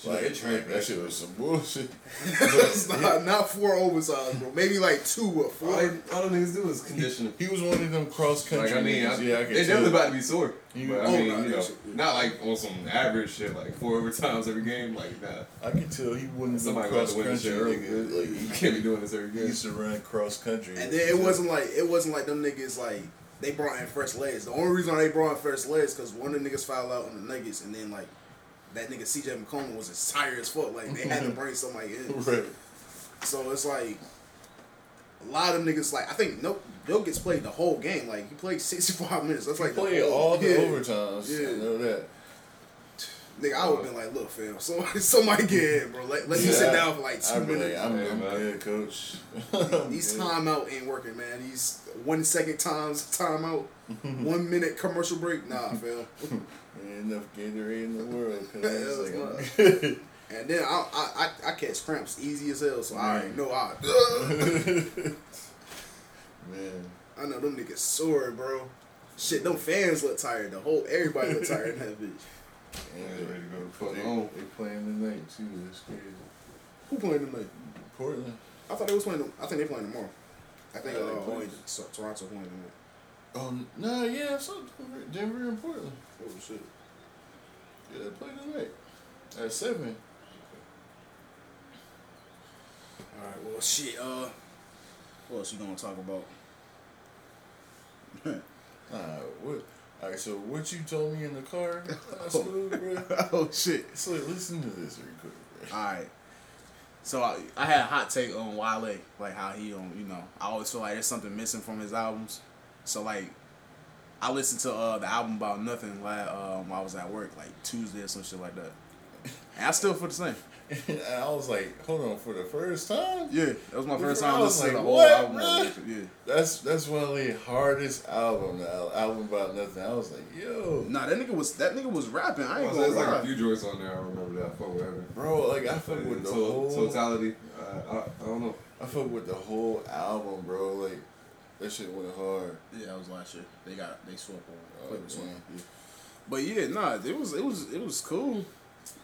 Like, get trained, like, that shit was some bullshit. *laughs* It's not, not four overtimes, bro. Maybe like two or All four. they- all them niggas do is conditioning. He was one of them cross country. Like I mean, I, niggas. yeah, I they could definitely tell. about to be sore. You- but I oh, mean, nah, you know, that shit- not like on some average shit, like four *laughs* overtimes every game. Like nah, I could tell he wasn't somebody them got cross to win this country. shit early. Nigga. Like you he, *laughs* can't be doing this every game. used to run cross country. And then it wasn't like it wasn't like them niggas like they brought in first legs. The only reason why they brought in first legs because one of the niggas fouled out on the Nuggets, and then like that nigga CJ McCollum was as tired as fuck. Like they *laughs* had to bring somebody in. *laughs* right. So it's like a lot of them niggas like I think no Jokic played the whole game. Like he played *laughs* sixty five minutes. That's like the Play whole- all the yeah. overtimes. Yeah. I know that. Nigga, I would have been like, look, fam, *laughs* somebody, somebody get in, bro. Let, let me sit down for like two I minutes. really, I'm, Yeah, I'm man. good, coach. *laughs* I'm These good. timeout ain't working, man. These one second times *laughs* timeout, one minute commercial break. Nah, fam. Ain't enough Gatorade in the world. *laughs* Cause Hell like, no. I'm good. And then I I, I I catch cramps easy as hell, so I already know I *laughs* Man, I know them niggas sore, bro. Shit, them fans look tired. The whole everybody look tired in that bitch. and ready to go to fuck they, home. they playing tonight too. That's crazy. Who playing tonight? Portland. I thought they was playing. Them, I think they playing tomorrow. I think uh, Yeah, they playing. only so, Toronto playing tomorrow. Oh no, yeah, I saw Denver, Denver and Portland. Oh shit. Yeah, they play tonight at seven. All right. Well, shit. Uh, what else you gonna talk about? Nah, what? All right, so what you told me in the *laughs* car? I smooth, bro. *laughs* oh shit. So listen to this real quick. Bro. All right. So I, I had a hot take on Wale, like how he on you know I always feel like there's something missing from his albums. So like I listened to uh, the album about nothing la- um, I was at work like Tuesday or some shit like that. And I still feel the same. *laughs* And I was like, hold on, for the first time? Yeah, that was my Before first I time was listening to like, the whole what, album. man? Yeah, That's that's one of the hardest album, the al- album about nothing. I was like, yo, nah, that nigga was that nigga was rapping. I ain't Also, gonna there's like lie. a few joints on there. I remember that. I fuck with everything. bro, like I fuck with Uh, the to- whole, Totality. Uh, I, I don't know. I fuck with the whole album, bro. Like that shit went hard. Yeah, that was last year. They got they swept on. Oh, Cleveland swept. man. But yeah, nah, it was it was it was cool.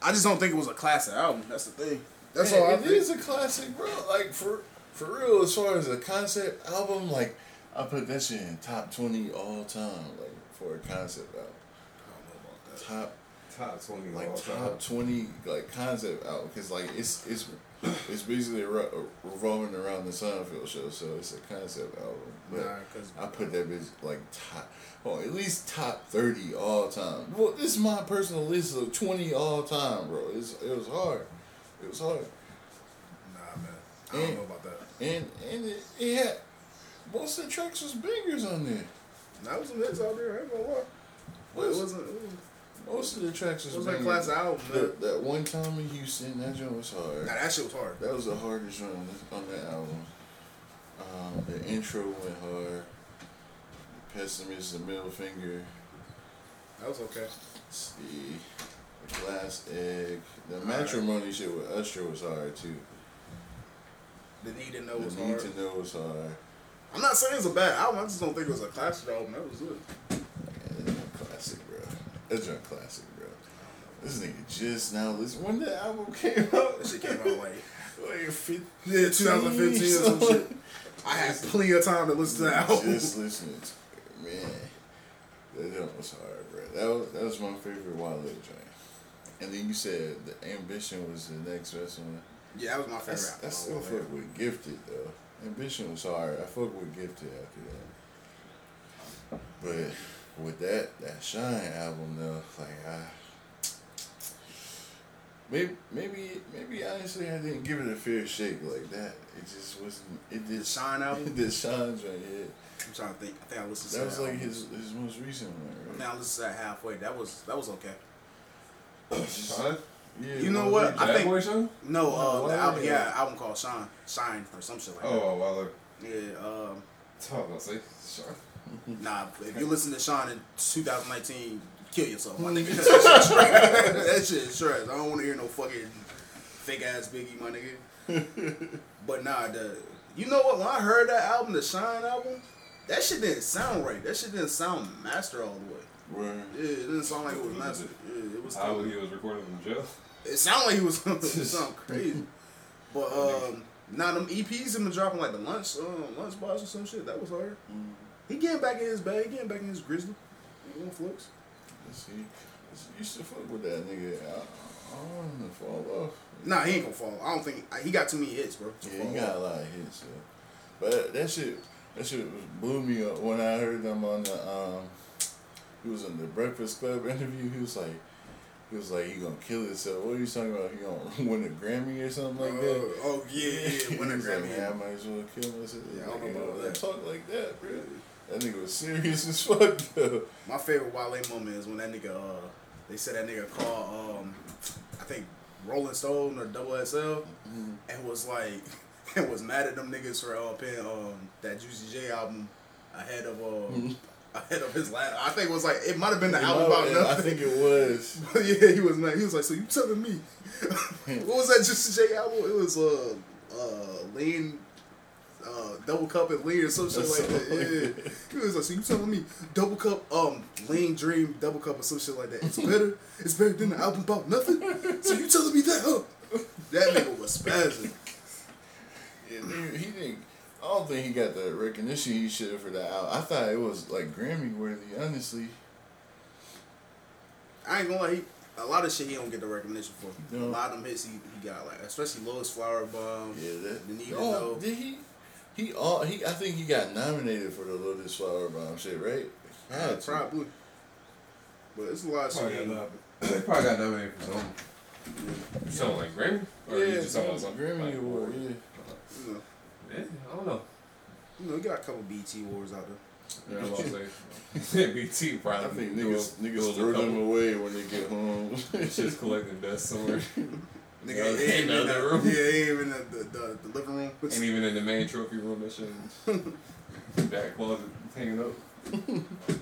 I just don't think it was a classic album. That's the thing. That's Man, all I it think. is a classic, bro. Like for for real, as far as a concept album, like I put that shit in top twenty all time, like for a concept album. Top Top 20 like all time. top twenty like concept album because like it's it's it's basically re- revolving around the Seinfeld show, so it's a concept album. But Nah, 'cause- I put that bitch like top, oh at least top thirty all time. Well, this is my personal list of twenty all time, bro. It's, it was hard, it was hard. Nah, man. I don't Yeah. know about that. And and it, it had most of the tracks was bangers on there. That was some hits out there. I ain't gonna lie. But it wasn't. It wasn't, Most of the tracks was, it was a bangers. classic album, man. That, that one time in Houston, that joint was hard. Nah, that shit was hard. That was the hardest one on that album. Um, the intro went hard. The pessimist, the middle finger. That was okay. Let's see. The glass egg. The matrimony shit with Usher was hard too. The need to know The was need hard. to know was hard. I'm not saying it's a bad album. I just don't think it was a classic album. That was it. Yeah, that's a classic, bro. That's a classic, bro. This nigga just now listen when the album came out. *laughs* That shit came out *laughs* like Like fifteen, yeah, 2015 or *laughs* some shit. I had plenty of time to listen to that album. Just listening to it, man. That joint was hard, bro. That was that was my favorite Wale joint. And then you said the ambition was the next best one. Yeah, that was my favorite That's, album. I still man. fuck with Gifted though. Ambition was hard. I fuck with Gifted after that. But with that that Shine album though, like I maybe maybe maybe honestly I didn't give it a fair shake like that. It just wasn't. It The did. Shine *laughs* It album. did Shine right here. I'm trying to think. I think I listened to That was like album. his his most recent one, right? Now this is at halfway. That was that was okay. Sean? Yeah, You know most what? recent. I Bad think- Boy Sean? No, uh, No, the why? album, yeah, album called Shine, Shine or some shit like Oh, well, look. that. Yeah, um, Talk about say Sean. Hmm. nah. If you listen to Shine in 2019, kill yourself. My nigga, that shit *laughs* is trash. that shit is trash. I don't want to hear no fucking fake ass Biggie, my nigga. *laughs* but nah, the you know what? When I heard that album, the Shine album, that shit didn't sound right. That shit didn't sound master all the way. Where- Yeah, it didn't sound like it was master. Yeah, it was. I believe he was recording in jail. It sounded like he was *laughs* it sound crazy. But um now them EPs him dropping like the lunch um lunch box or some shit, that was hard. Mm-hmm. He getting back in his bag, getting back in his grizzly. He on flicks. Let's see. Let's- You should fuck with that nigga. I, I don't want him to fall off. Nah, he ain't gonna fall. I don't think he got too many hits, bro. to Yeah, he fall got off. a lot of hits. Yeah. But that shit, that shit was- blew me up when I heard them on the. Um, he was in the Breakfast Club *laughs* interview. He was like, he was like, he gonna kill himself. What are you talking about? He gonna *laughs* win a Grammy or something like that. Uh, oh yeah, He yeah, when I was grab like, him. "Man, I might as well kill myself. Yeah, I don't Like, know about don't that. Talk like that, bro. That nigga was serious *laughs* as fuck though. *laughs* My favorite Wale moment is when that nigga uh they said that nigga called um I think Rolling Stone or Double SL and was like *laughs* and was mad at them niggas for uh, paying um that Juicy J album ahead of um *laughs* ahead of his last I think it was like it might have been the album about And I nothing. think it was. *laughs* yeah, he was mad. He was like, So you telling me *laughs* what was that Juicy J album? It was uh uh lean uh, double cup and lean or some shit like that. Yeah. He was like, so you telling me double cup, um, lean dream, double cup or some shit like that. It's better. It's better than the album about nothing. So you telling me that? Huh? That nigga was spazzing. Yeah, dude, he didn't. I don't think he got the recognition he should have for the album. I thought it was like Grammy worthy, honestly. I ain't gonna lie, he, a lot of shit he don't get the recognition for. No. A lot of them hits he, he got like, especially Lois Flower Bomb. Yeah, that. The Need to oh, Know. did he? He all he. I think he got nominated for the Lotus Flower Bomb shit, right? Yeah, Had to. probably. But it's a lot of shit. Probably got he- nominated. They probably got nominated for something. You sound like Grammy? Or you Yeah, just talking about some something? Grammy like, award. Yeah. You know, Yeah, I don't know. you know, he got a couple BT awards out there. Yeah, I'm about to *laughs* say. BT *laughs* I probably. think doing- niggas niggas doing a throw them couple. away when they get *laughs* home. It's just collecting dust somewhere. Nigga, ain't even in In the the- other room. Yeah, ain't even in the, the, the living room. Ain't even in the main trophy room. That shit in that closet hanging up.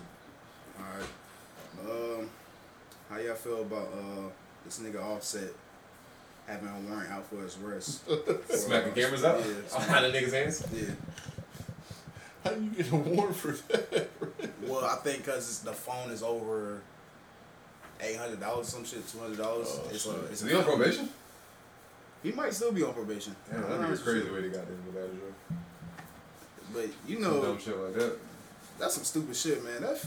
Alright. Um, how y'all feel about uh this nigga Offset having a warrant out for his *laughs* arrest? uh, Smacking cameras out. Yeah. *laughs* Behind the niggas' hands. Yeah. How do you get a warrant for that? *laughs* Well, I think because the phone is over eight hundred dollars, some shit, two hundred dollars. Oh, it's shit. a, it's Is a- he on probation? He might still be on probation. Damn, I don't that'd be a know. crazy way they got this without a drug. But you Some know, dumb shit like that. that's some stupid shit, man. That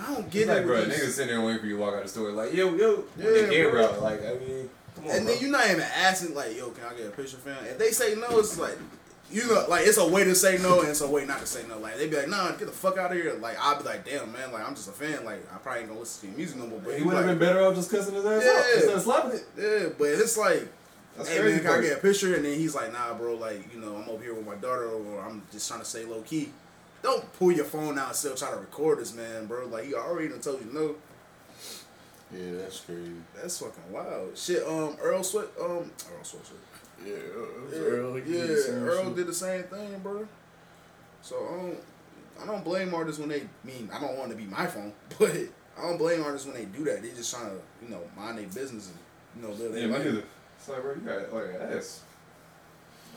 I don't It's get like, it. bro, with niggas these- sitting there waiting for you to walk out of the store, like, yo, yo, yeah, Yeah, nigga, bro. bro. Like, I mean, come on, and bro. then you're not even asking, like, yo, can I get a picture, fam? If they say no, it's like, you know, like it's a way to say no, and it's a way not to say no. Like they be like, nah, get the fuck out of here. Like I'll be like, damn, man, like I'm just a fan. Like I probably ain't gonna listen to your music no more. But he you would have like, been better off just cussing his ass out Yeah. instead of slapping it. yeah, but it's like, That's hey crazy. man, can I work. get a picture? And then he's like, nah, bro, like, you know, I'm over here with my daughter or I'm just trying to stay low key. Don't pull your phone out and still try to record this man, bro. Like he already done told you no. Yeah, that's crazy. That's fucking wild. Shit, um Earl Sweat um Earl Sweatshirt. Yeah, it was Yeah, Earl. he yeah, did the same Earl shit. did the same thing, bro. So I don't I don't blame artists when they mean I don't want it to be my phone, *laughs* but I don't blame artists when they do that. They just trying to, you know, mind their business and you know, live Yeah, their me life. neither. It's like, bro, you got like an ass.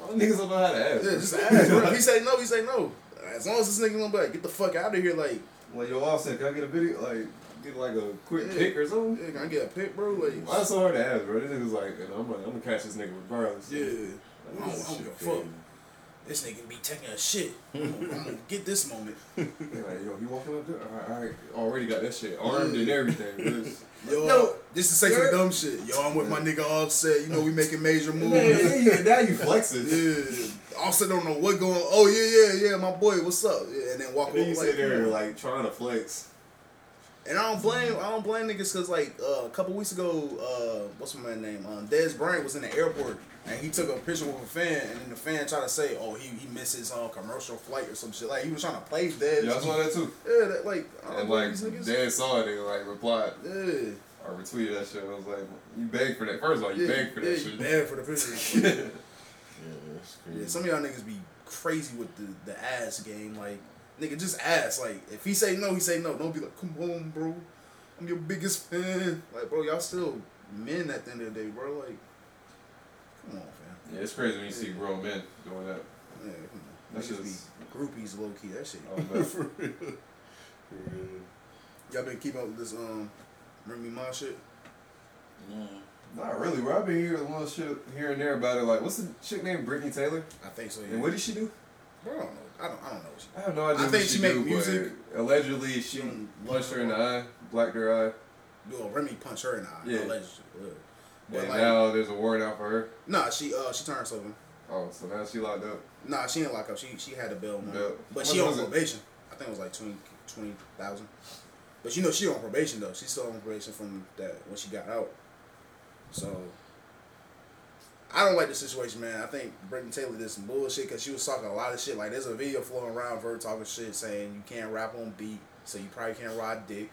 All the niggas don't know how to ask. Yeah, just ask, bro. If he say no, he say no. As long as this nigga gonna be like, get the fuck out of here, like, like, yo, Offset, can I get a video? Like, get like a quick Yeah. pic or something? yeah, can I get a pick, bro? Like, Why it's so hard to ask, bro? This nigga's like, and I'm, like, I'm gonna catch this nigga regardless. yeah, I Like, don't, I this don't shit give a crazy. fuck. This nigga be taking a shit. *laughs* I'm gonna, I'm gonna get this moment. They Like, yo, he walking up there? Alright, alright. Already got that shit armed and *laughs* everything. bitch. Yo, No. this is say some You're- dumb shit. Yo, I'm with my nigga Offset. You know we making major moves. Man, yeah, *laughs* now you flexing. Yeah, Offset don't know what going. Oh yeah, yeah, yeah, my boy, what's up? Yeah, and then walk And then you over sit like, there like trying to flex. and I don't blame, I don't blame niggas because like uh, a couple weeks ago, uh, what's my man's name? Um, Dez Bryant was in the airport and he took a picture with a fan, and then the fan tried to say, oh, he he missed his uh, commercial flight or some shit. Like he was trying to play Dez. Y'all saw that too. Yeah, that, like I don't And blame like these niggas. Dan saw it and like replied yeah, or retweeted that shit. I was like, you begged for that. First of all, you yeah, begged for yeah, that you shit. bad for the *laughs* picture. Yeah, that's crazy. Yeah, some of y'all niggas be crazy with the, the ass game. Like, nigga, just ask. Like, if he say no, he say no. Don't be like, come on, bro. I'm your biggest fan. Like, bro, y'all still men at the end of the day, bro. Like, come on, fam. Yeah, it's crazy when you see grown men doing that. Yeah, come on. That's Niggas just be groupies, low key. That shit. I don't know. *laughs* For real. For real. Y'all been keeping up with this um, Remy Ma shit. Nah. not really. Bro, I've been hearing a little shit here and there about it. Like, what's the chick named Brittany Taylor? I think so. Yeah. And what did she do? bro, I don't know. I don't. I don't know. What she, I have no idea. I what think she, she make do, but music. Allegedly, she Mm, punched her in the eye, blacked her eye, well, Remy punched her in the eye. Yeah. allegedly. Yeah. But and like, now there's a warrant out for her. nah, she uh, she turned herself in. Oh, so now she locked up. Nah, she didn't lock up. She she had a bail money, Yeah. but What she on was it? probation. I think it was like 20 20,000. but you know she on probation though. She's still on probation from that when she got out. So I don't like the situation, man. I think Brittany Taylor did some bullshit because she was talking a lot of shit. Like there's a video flowing around of her talking shit saying you can't rap on beat, so you probably can't ride dick.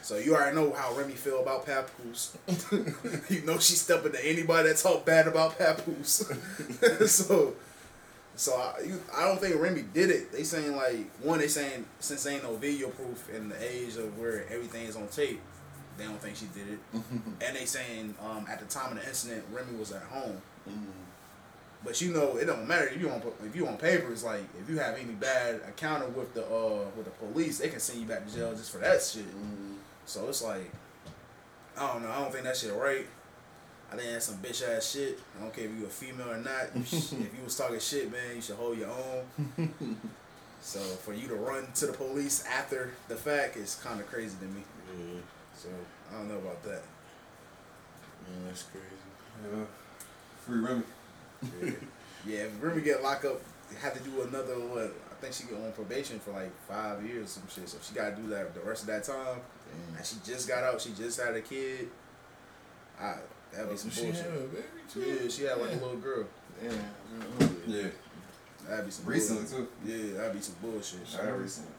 So you already know how Remy feel about Papoose. *laughs* you know she's stepping to anybody that talk bad about Papoose. *laughs* so, so I, you, I don't think Remy did it. They saying like one, they saying since ain't no video proof in the age of where everything is on tape, they don't think she did it. and they saying um, at the time of the incident, Remy was at home. But you know, it don't matter if you on if you on paper. It's like if you have any bad encounter with the uh with the police, they can send you back to jail just for that shit. Mm, So it's like, I don't know. I don't think that shit right. I think that's some bitch ass shit. I don't care if you a female or not. You *laughs* sh- if you was talking shit, man, you should hold your own. so for you to run to the police after the fact is kind of crazy to me. Yeah. So I don't know about that. Man, that's *laughs* crazy. Yeah. Free Remy. Yeah, if Remy get locked up, have to do another what? I think she get on probation for like five years or some shit. So she got to do that the rest of that time. And she just got out. She just had a kid. I that'd be some Oh, She had bullshit. a baby too. Yeah, she had like a little girl. Yeah. Yeah. Yeah. That'd be some Recently bullshit. too. Yeah, that'd be some bullshit. Not recently.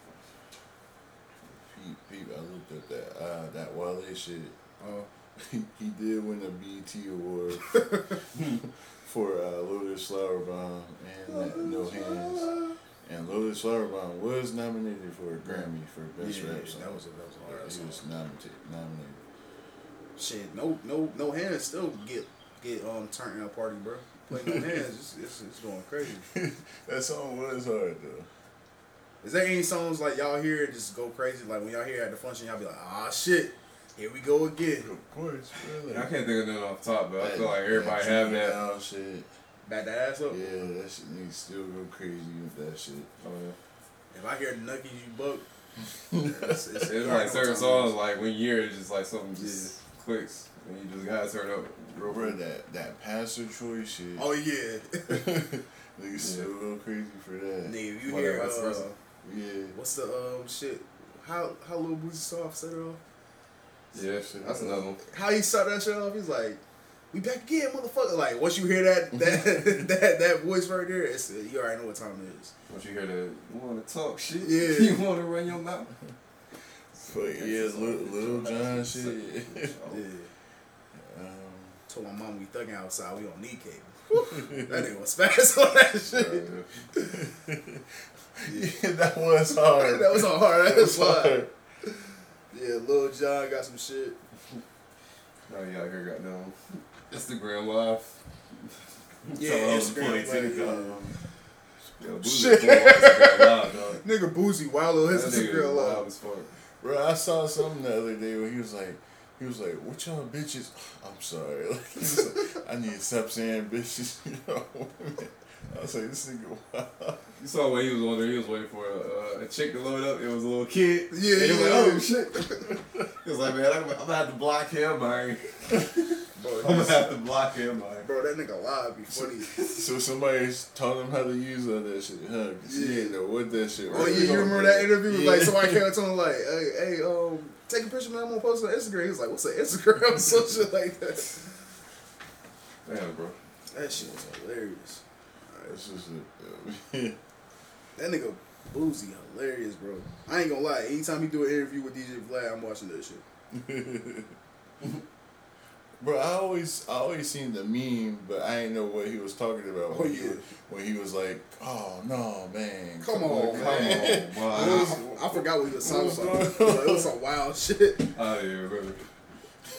peep, I looked at that uh, that Wale shit. Oh. He, he did win a BET award for uh, Lotus Flower Bomb and that No Hands. And Lotus Flower Bomb was nominated for a Grammy for Best Yeah, Rap Song. that was a- that was a hard He song. was nominated. nominated. Shit, no, no, no hands still get get um turned out party, bro. Playing *laughs* no hands, it's, it's, it's going crazy. That song was hard though. Is there any songs like y'all hear and just go crazy? Like when y'all hear at the function, y'all be like, ah shit, here we go again. Of course, really. I can't think of nothing off the top, but I feel like everybody have that. shit. Back the ass up. Yeah, that shit needs to still go crazy with that shit. Oh, yeah. If I hear Nucky, you *laughs* buck. it's, It's like certain songs, like when you're it's just like something just clicks and you just gotta turn up. Bro, bro, that that pastor Troy shit. Oh yeah, *laughs* Niggas still go crazy for that. nigga, if you Well, hear that's uh, versa. Yeah. what's the um shit? How how Lil Boosie Soft set it off? Yeah, that's another one. How he started that shit off? He's like, "We back again, motherfucker!" Like once you hear that Mm-hmm. that *laughs* that that voice right there, it's you already know what time it is. Once you hear the you wanna talk shit, Yeah. *laughs* you wanna run your mouth. But yeah, little, little John *laughs* shit. Oh. Yeah. um, Told my mom we thugging outside. We don't need cable. *laughs* Whew, that nigga was fast on that shit. yeah, that was *laughs* hard. That was a hard That was ass slide. hard. Yeah, Lil John got some shit. Oh yeah, I heard got down. Instagram live. Yeah, Tell Instagram them live, to yeah. go. Yo, Boozy Fool on Instagram *laughs* live, dog. Nigga Boozy Wallow That his nigga Instagram live live. as fuck. Bro, I saw something the other day where he was like, he was like, "What y'all bitches?" *sighs* I'm sorry. *laughs* Like, he was like, I need to stop saying bitches. *laughs* You know, women. I was like, this nigga. Wow. You saw what he was on there. He was waiting for a, uh, a chick to load up. It was a little kid. Yeah, and he was yeah, like, yeah. oh shit. *laughs* he was like, man, I'm, I'm gonna have to block him, man. Bro, I'm gonna that- have to block him, man. bro, that nigga live be funny. So somebody taught him how to use all that shit, huh? 'Cause He didn't know what that shit. Oh was. yeah, you remember that interview? with Yeah. Like somebody came up to him like, "Hey, hey um, take a picture, man. I'm gonna post it on Instagram." He was like, "What's an Instagram?" *laughs* so shit like that. Damn, bro. That shit was hilarious. This is *laughs* it. That nigga Boozy hilarious, bro. I ain't gonna lie. Anytime he do an interview with DJ Vlad, I'm watching that shit. *laughs* Bro, I always, I always seen the meme, but I didn't know what he was talking about when, Oh, he, yeah. was, when he was like, "Oh no, man, Come on, Come man. *laughs* on, It man. was- I forgot what he was talking What was about. going on? Like, it was some wild *laughs* shit. Oh yeah, bro.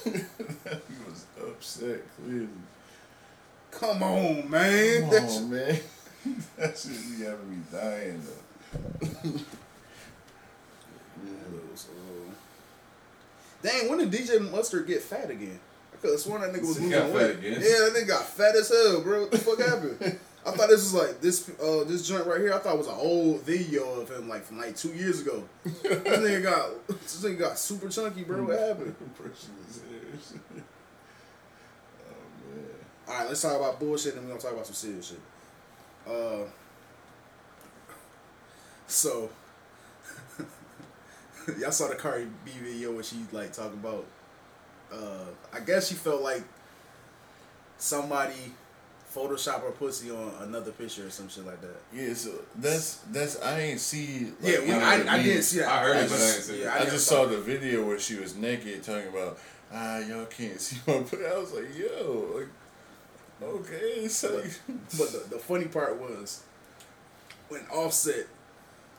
he was upset clearly. Come on, man. *laughs* Come That shit- on, man, *laughs* that shit be having me dying though. Yeah, it was, uh, Dang, when did DJ Mustard get fat again? I could have sworn that nigga was He losing got fat weight. again? Yeah, that nigga got fat as hell, bro. What the fuck *laughs* happened? I thought this was like this uh this joint right here. I thought was an old video of him like from like two years ago. this nigga got this nigga got super chunky, bro. What happened? Brushing his hair. *laughs* oh man. All right, let's talk about bullshit, and we're gonna talk about some serious shit. Uh, so *laughs* y'all saw the Cardi B video where she like talking about. Uh, I guess she felt like somebody photoshopped her pussy on another picture or some shit like that. Yeah, so that's that's I ain't see. Like, yeah, we, one of I, the I memes. didn't see that. I heard it, but I just- didn't see it. yeah, I, never just saw the video where she was naked talking about ah y'all can't *laughs* see my butt. I was like yo, like okay, *laughs* so *laughs* But the, the funny part was when Offset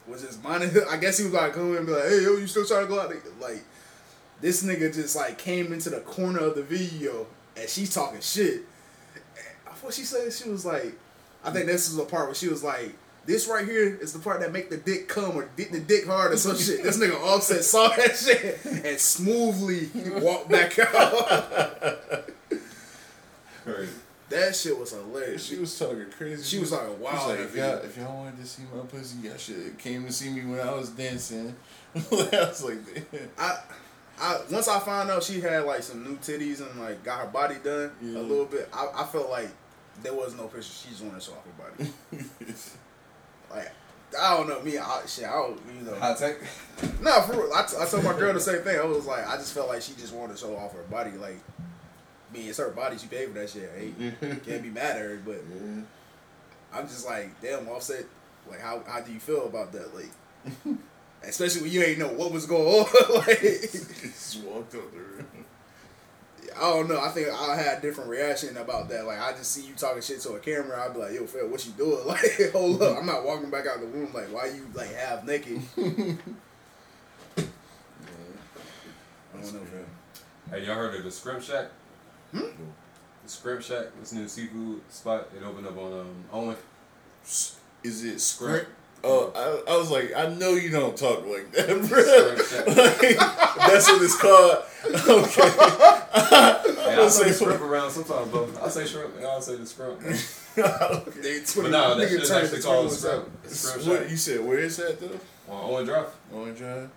was just minding. I guess he was like coming and be like, "Hey, yo, you still trying to go out?" there?" Like this nigga just like came into the corner of the video and she's talking shit. And I thought she said she was like, I think this is the part where she was like. This right here is the part that make the dick come or dick the dick hard or some shit. This nigga offset saw that *laughs* shit and smoothly walked back out. *laughs* Crazy. that shit was hilarious. *laughs* she was talking crazy. She was talking wild She's like in if that y'all, video. if y'all wanted to see my pussy, y'all should have came to see me when I was dancing. *laughs* I was like, damn. *laughs* I, I once I found out she had like some new titties and like got her body done Yeah. a little bit, I, I felt like there was no picture she just wanted to show off her *laughs* body. like I don't know me, I, shit, I don't you know. Hot tech. No, for real, I, t- I told my girl the same thing. I was like, I just felt like she just wanted to show off her body. Like, I mean, it's her body. She paid for that shit. I ain't- can't be mad at her, but Yeah. I'm just like, damn, Offset. Like, how how do you feel about that? Like, especially when you ain't know what was going *laughs* on. like, Just walked up there. I don't know. I think I had a different reaction about that. Like, I just see you talking shit to a camera. I'd be like, yo, Phil, what you doing? *laughs* Like, hold up. I'm not walking back out the room. Like, why you, like, half naked? I don't know, man. Hey, y'all heard of the Scrimp Shack? The Scrimp Shack, this new seafood spot. It opened up on um, Owen. Is it Scrimp. script? Oh, I, I was like, I know you don't talk like *laughs* *laughs* that, Scrimp bro. Shack. *laughs* like, that's what it's called. *laughs* Hey, Okay. I say shrimp around sometimes, bro. I say shrimp and I'll say the scrimp. They twenty- But no, nigga that shit is turned actually the called the twins up. scrimp. The Scrimp What Shack. you said? Where is that though? On Owen Drive. Orange Drive.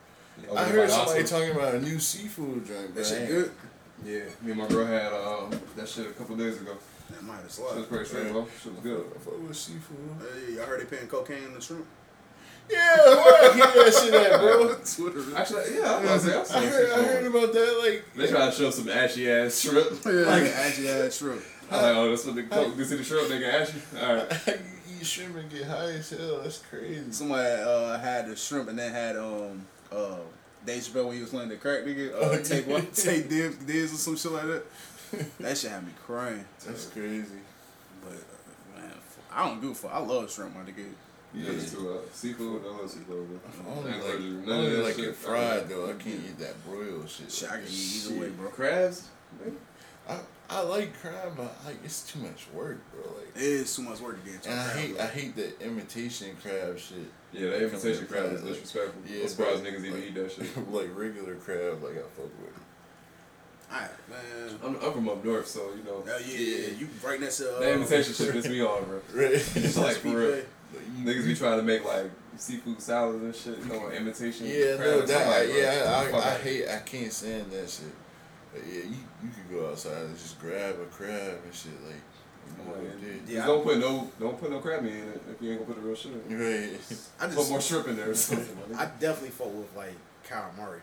Over I by heard the somebody hospital. talking about a new seafood That drink. but I shit ain't- good. Yeah, me and my girl had uh, that shit a couple days ago. That might have It was slapped. pretty straight, bro. Shit was good. I fuck with seafood. Hey, I heard they paying cocaine in the shrimp. *laughs* Yeah, where I get that shit at, bro? Twitter. Actually, yeah, I was gonna *laughs* I say, I heard, I was heard about that. They Like, try to show some ashy ass shrimp. *laughs* I was Like actually, yeah, that's true. like, oh, that's what they call this in the shrimp, nigga, ashy. Alright. *laughs* you eat shrimp and get high as hell. That's crazy. Somebody uh, had the shrimp and then had um uh Dave Chappelle when he was playing the crack nigga Oh, uh, take one *laughs* take dibs, dibs or some shit like that. That shit had me crying. That's crazy. But uh, man, f- I don't give a fuck. I love shrimp, my nigga. Yeah, Yeah. to uh, seafood. I love seafood, bro. Only I ain't allergic to like, none of only that like shit. it fried though. I can't eat that broiled shit. Shit, I like can eat that. either way, bro. Crabs? man. I, I like crab, but like it's too much work, bro. Like, It is too much work to get. into and I crab, hate bro. I hate the imitation crab shit. *laughs* Yeah, that invitation Coming crab is fried, like- disrespectful. Yeah, I'm surprised bro. niggas even Like- eat that *laughs* shit. like regular crab, like I fuck with. Alright, man. I'm, I'm from up north, so, you know, Oh, yeah, yeah, yeah. You right next to. Uh, that invitation shit *laughs* pissed me off, bro. Right? *laughs* It's like, for real. Like, you- Niggas be trying to make like seafood salads and shit, you know, imitation. Yeah, crab. no, I'm that, like, bro, yeah, I, fuck I, I that. hate, I can't stand that shit. Like, yeah, you, you can go outside and just grab a crab and shit, like, you I'm know like, what it *laughs* just don't put no, don't put no crab meat in it if you ain't gonna put the real shit in. it. is. I Put just. more shrimp *laughs* in there or something. my nigga. I definitely fought with, like, Kyle Murray.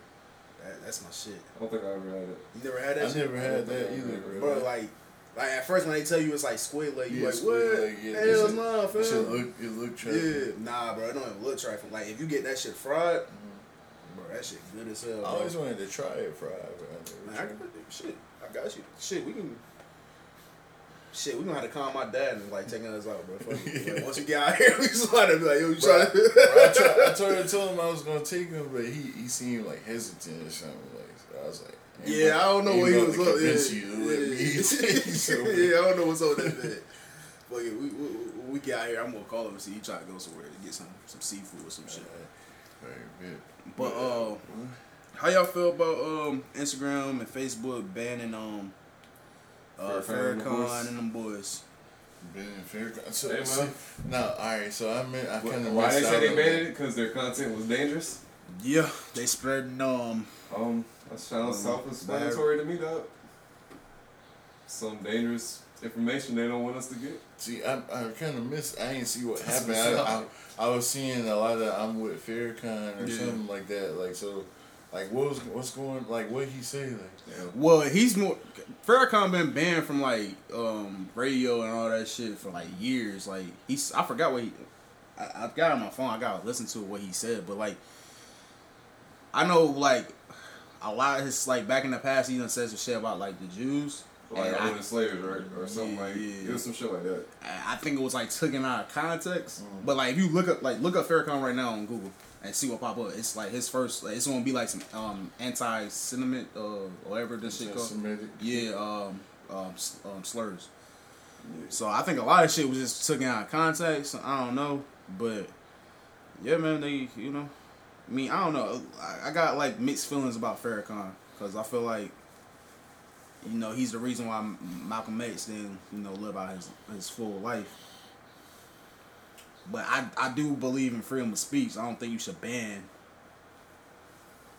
That, that's my shit. I don't think I ever had it. You never had that Right. I shit? never had that either, Bro, bro. like, like at first when they tell you it's like squid leg, you Yeah, like squid what? leg, yeah, that Hell shit- no, That shit fam. look, it look trash. Yeah, nah, bro, it don't even look trifling. Like if you get that shit fried, bro, that shit good as hell. Mm-hmm. I Bro. always wanted to try it fried, but I Man, I never can tried. put that- shit. I got you. Shit, we can. Shit, we gonna have to call my dad and like taking us out, bro. Fuck it. Like, once we get out here, *laughs* we just wanna be like, yo, you Bro, trying to? bro, I, tried, I tried to tell him I was gonna take him, but he, he seemed like hesitant or something. Like so I was like, ain't Yeah, I about- don't know ain't what he about was to up. convince Yeah, you to let me *laughs* take *laughs* you yeah. somewhere. yeah, I don't know what's up with that man. But yeah, we, we we get out here. I'm gonna call him and see. He try to go somewhere to get some some seafood or some shit. Right, man. But uh, how y'all feel about um Instagram and Facebook banning um uh, Farrakhan Farrakhan and them boys? and them boys? Been in fair. So, Hey, man. so, no, all right. So I meant I Why kind of they say they banned it? Because their content was dangerous. Yeah, they spreading um Um, that sounds Um, self-explanatory to me, though. Some dangerous information they don't want us to get. See, I, I kind of missed. I didn't see what That's happened. what's I, up. I, I was seeing a lot of I'm with Farrakhan or Yeah. something like that. Like so, like what was what's going like what he say like Well, he's more Farrakhan been banned from like um radio and all that shit for like years. Like he's I forgot what he I, I've got it on my phone. I gotta listen to what he said, but like I know like a lot of his like back in the past he done said some shit about like the Jews. Like, And I I- wanted slaves, right? Or something like Yeah. it was some shit like that. I I think it was like taken out of context. But like if you look up like look up Farrakhan right now on Google and see what pop up, it's like his first. Like, it's gonna be like some um anti sentiment uh whatever this shit called. Anti-Semitic. Yeah, um, um, s- um slurs. So I think a lot of shit was just taken out of context. so I don't know, but yeah, man, they you know, I mean I don't know. I, I got like mixed feelings about Farrakhan because I feel like you know, he's the reason why M- Malcolm X didn't, you know, live out his, his full life. But I, I do believe in freedom of speech. I don't think you should ban.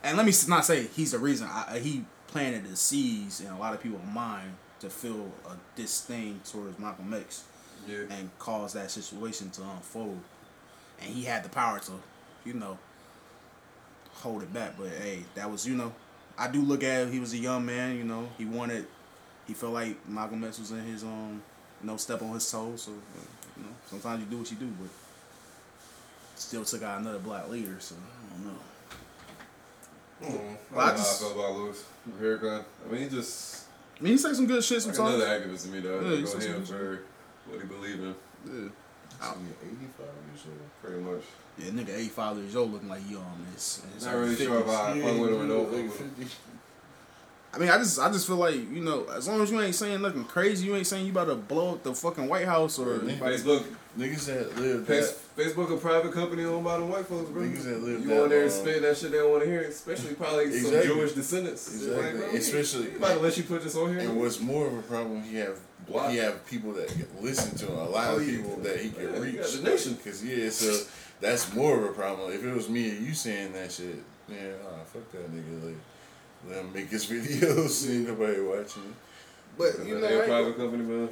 And let me s- not say he's the reason. I, he planted the seeds in a lot of people's mind to feel a disdain towards Malcolm X Yeah. and cause that situation to unfold. And he had the power to, you know, hold it back. But hey, that was, you know, I do look at it, he was a young man, you know, he wanted, he felt like Malcolm X was in his um, you know, step on his toes. So, you know, sometimes you do what you do, but still took out another black leader. So I don't know. Mm, I Well, I don't know how I just- feel about Lewis Farrakhan. I mean, he just I mean, he said some good shit like sometimes. another activist to me though. Yeah, I he go said him some- for what he believe in, Yeah. Out. 85 years old. pretty much. yeah, nigga, eighty five years old, looking like you um, on this. and it's Not like really 50s. sure if I fuck with him or no fuck with him. I mean, I just, I just feel like you know, as long as you ain't saying nothing crazy, you ain't saying you about to blow up the fucking White House or. Yeah. Facebook, Niggas that live that, Face- Facebook, a private company owned by the white folks, bro. Niggas that live you that on there and long. spit that shit they don't want to hear, especially probably Exactly. some Jewish descendants. It's like, Exactly. bro, Especially- you about to let you put this on here. And what's more of a problem, he have Block. he have people that can listen to him, a lot of people that he can Yeah, he reach. got the nation. Cause yeah, so that's more of a problem. If it was me and you saying that shit, man, ah, fuck that nigga. Like, let him make his *laughs* videos. Ain't nobody watching. it. But you You know, they a I- private company, bro.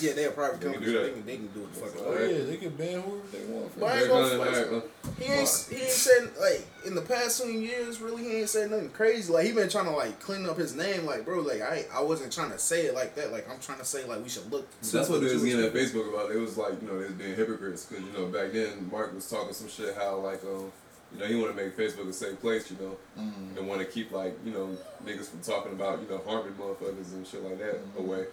yeah, they're a private They can company. do so that. They can, they can do what the fuck. That's they all want. right. they can ban whoever they want. But I ain't They're gonna gonna- flex. all right, bro. He ain't, he ain't said like in the past two years. Really, he ain't said nothing crazy. Like he been trying to like clean up his name. Like bro, like I I wasn't trying to say it like that. Like I'm trying to say like we should look. So that's what they was Jewish getting at people. Facebook about. It was like, you know, they was being hypocrites because, you know, back then Mark was talking some shit how, like, um, you know, he want to make Facebook a safe place, you know, Mm. and want to keep, like, you know, niggas from talking about, you know, harming motherfuckers and shit like that Mm. away.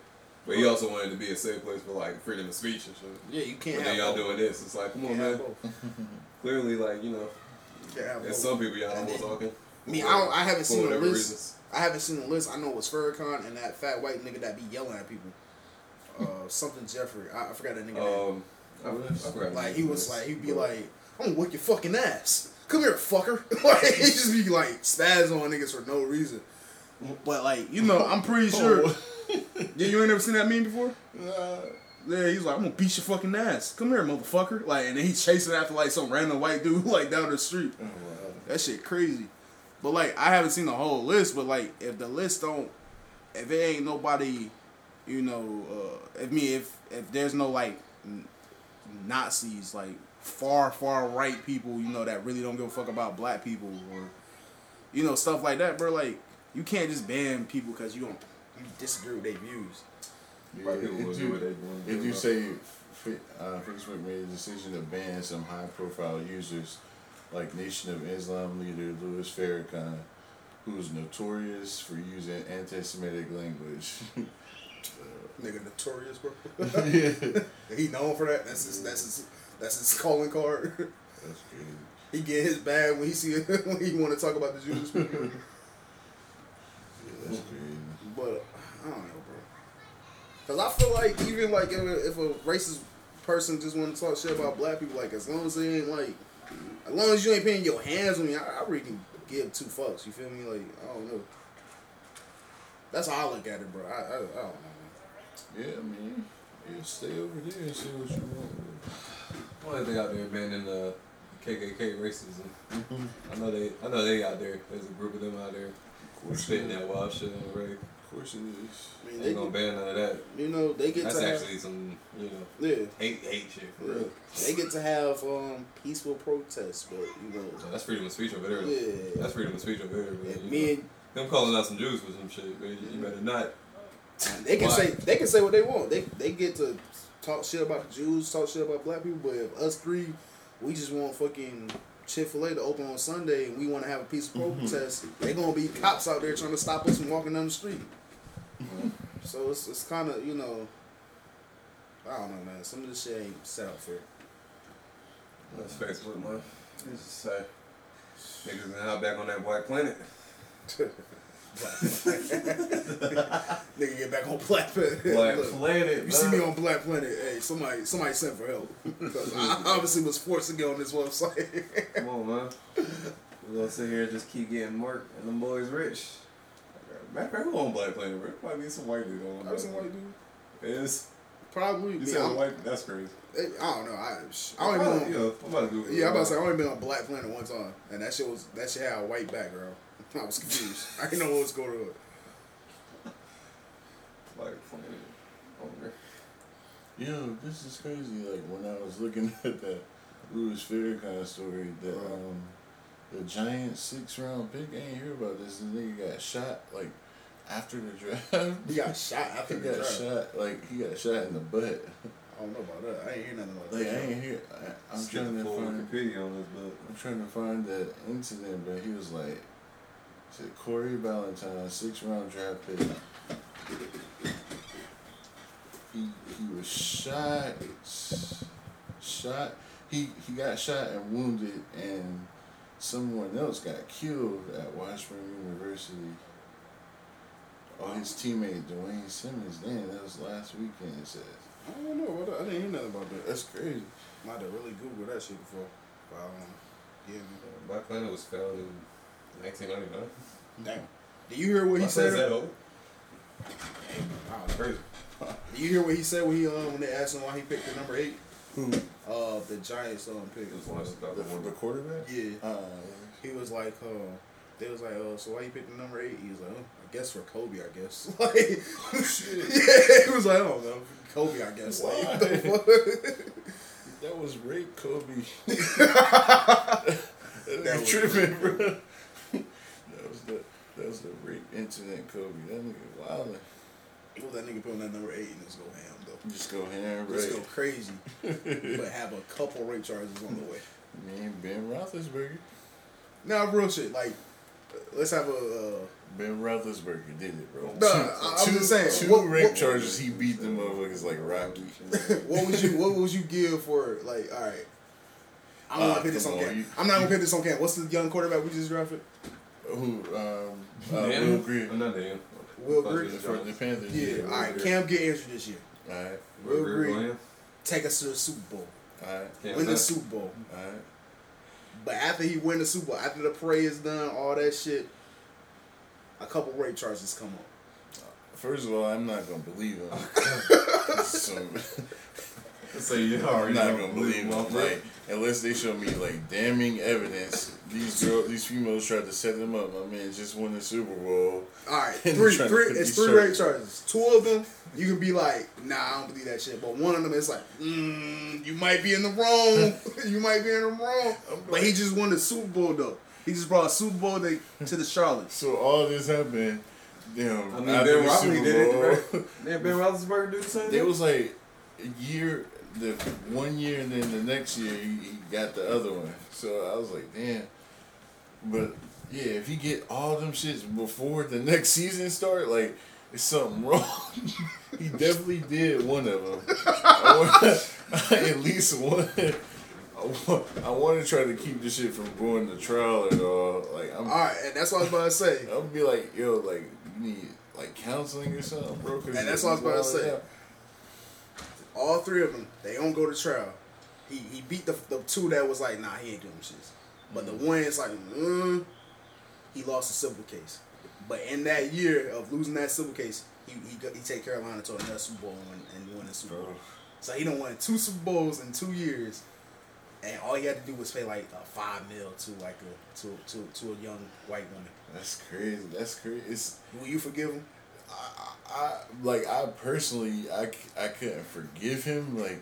But he also wanted to be a safe place for, like, freedom of speech and shit. Yeah, you But can't then have y'all both. doing this. It's like, come on, Can't have man. both. Clearly, like, you know, Can't have there's both. some people y'all And don't then- talking. I mean, I, don't, I haven't For seen the whatever list. reasons. I haven't seen the list. I know it was Farrakhan and that fat white nigga that be yelling at people. Uh, something Jeffrey. I, I forgot that nigga name. Um, I, I forgot. Like he was like he'd be like, I'm gonna whip your fucking ass. Come here, fucker. *laughs* like he just be like spazzing on niggas for no reason. But like, you know, I'm pretty sure. yeah, you ain't never seen that meme before. Yeah, he's like, I'm gonna beat your fucking ass. Come here, motherfucker. Like, and then he's chasing after like some random white dude *laughs* like down the street. That shit crazy. But like, I haven't seen the whole list. But like, if the list don't, if it ain't nobody, you know, uh, if me, if if there's no like n- Nazis, like far far right people, you know, that really don't give a fuck about black people or, you know, stuff like that, bro. Like, you can't just ban people because you don't You disagree with their views. White people will do what they want to do. If you bro. say Fa- uh, Facebook made a decision to ban some high-profile users like Nation of Islam leader Louis Farrakhan, who is notorious for using anti-Semitic language. *laughs* Nigga notorious, bro. *laughs* yeah, that's crazy. he known for that. That's his that's his that's his calling card. *laughs* he get his bag when he see *laughs* when he wanna talk about the Jewish people. Yeah, that's crazy. But I don't know, bro. Cause I feel like even like if a, if a racist person just want to talk shit about black people, like as long as they ain't like, as long as you ain't putting your hands on me, I, I really can give two fucks. You feel me? Like I don't know. That's how I look at it, bro. I, I, I don't know. man. Yeah, I mean, you stay over there and see what you want. Well, they out there abandoning uh, KKK racism. Mm-hmm. I know they, I know they out there. There's a group of them out there Of course, it spitting is. that wild shit on Ray. Of course it is. I mean, They they ain't gonna get, ban none of that. you know they get That's to actually some, you know, have, yeah, hate, hate shit for yeah, real. they get to have um peaceful protests, but you know, No, that's freedom of speech over there. yeah. That's freedom of speech over there. But, And you me know, and them calling out some Jews for some shit, but you, you better not. They can Why? say they can say what they want. They they get to talk shit about the Jews, talk shit about black people. But if us three, we just want fucking Chick Fil A to open on Sunday and we want to have a peaceful Mm-hmm. protest, they gonna be cops out there trying to stop us from walking down the street. Mm-hmm. so it's it's kind of you know, I don't know, man. Some of this shit ain't set out fair. That's Facebook, man. It's just say niggas gonna hop back on that black planet. Nigga, get back on Black Planet. *laughs* Black Look, planet. you see me man. on Black Planet? Hey, somebody, somebody sent for help. *laughs* 'Cause I obviously was forced to get on this website. *laughs* Come on, man. We're gonna sit here and just keep getting Mark and them boys rich. Matter of fact, who on Black Planet, bro? Might be some white dude on I Black was a white Planet. dude. Is Probably. you yeah, said I'm- white? That's crazy. I don't know. I, sh- I don't even. You Know. know, I'm about to Google. Yeah, I'm about to say I only been on Black Planet one time, and that shit was that shit had a white background. *laughs* I was confused. I didn't know what was going on. Black Planet. Over. Yo, this is crazy. Like when I was looking *laughs* at that Louis Farrakhan story, that um, the giant six round pick. I ain't hear about this. The nigga got shot like after the draft. *laughs* He got shot after he the got draft. shot like he got shot in the butt. don't know about that. I ain't hear nothing like Like, I that. ain't here. I, I'm Skip trying the to full find. Wikipedia on this, but I'm trying to find that incident, but he was like, said Corey Valentine, six round draft pick. He, he was shot, shot. He he got shot and wounded, and someone else got killed at Washburn University. Oh, his teammate Dwayne Simmons. Damn, that was last weekend. It says I don't know about that. I didn't hear nothing about that. that's crazy. I might have really Googled that shit before. But um, I don't know. uh, Black Planet was found in 1999. Yeah. Damn. Do you hear what he Why said? is that old? Wow, Crazy. Do you hear what he said when he um when they asked him why he picked the number eight? Uh, the Giants um pick. It was one of The, the the quarterback. Yeah. Uh, He was like, uh, they was like, uh, so why you picked the number eight? He was like, oh, I guess for Kobe, I guess. *laughs* Like, Oh, yeah, he was like, I don't know, Kobe, I guess. Like, what the *laughs* fuck? that was rape, Kobe. *laughs* That That was was tripping, bro. *laughs* that was the that was the rape incident, Kobe. That nigga wildin'. Well, that nigga put on that number eight and just go ham though. Just go ham, right? Just go *laughs* crazy, but have a couple rape charges on the way. Me and Ben Roethlisberger. Now, real shit, like, uh, let's have a. Uh, Ben Roethlisberger did it, bro. Nah, I- I'm just saying, Two what- rape what- charges. He beat them motherfuckers like *laughs* Rocky. uh, *laughs* what would you What would you give for like? All right, I'm not Uh, gonna put this come Ah, on on, camp. you- I'm not gonna put this on camp. What's the young quarterback we just drafted? Who? Um, uh, Dan? Will Greer. Oh, not Dan. Will Thought you Greer? was For the Jones. Panthers. Yeah. Will all right, Greer. Cam get injured this year. All right. Will Greer Will going Greer. in? Take us to the Super Bowl. All right. Can't win the pass. Super Bowl. All right. But after he win the Super Bowl, after the parade is done, all that shit, a couple rape charges come up. First of all, I'm not gonna believe him. *laughs* So- So *laughs* you I'm already not know. gonna believe them. Like, unless they show me like damning evidence, these girl, these females tried to set them up. My man just won the Super Bowl. All right, *laughs* And three, trying to three. put It's these three rape charges. charges. Two of them, you can be like, nah, I don't believe that shit. But one of them is like, mm, you might be in the *laughs* wrong. *laughs* you might be in the wrong. But he just won the Super Bowl though. He just brought a Super Bowl to, to the Charlotte. So all this happened. Damn, I mean, after Ben the Roethlisberger Super did it, Bowl, *laughs* right? Didn't Ben Roethlisberger do the same There thing? was like a year, the one year, and then the next year he, he got the other one. So I was like, damn. But yeah, if you get all them shits before the next season start, like it's something wrong. *laughs* he definitely did one of them, *laughs* at least one. I wa- I want to try to keep this shit from going to trial and all. Like I'm, All right, and that's what I was about to *laughs* say. I would be like, yo, like you need like counseling or something, bro. 'cause And that's what I was about to say. Yeah. All three of them, they don't go to trial. He he beat the, the two that was like, nah, he ain't doing shit. But the one is like, mm, he lost a civil case. But in that year of losing that civil case, he he, got- he take Carolina to another Super Bowl and, and won the Super Bowl. So he done won two Super Bowls in two years, and all he had to do was pay like a five mil to like a to to to a young white woman. That's crazy. That's crazy. It's Will you forgive him? I, I like I personally I, c- I couldn't forgive him like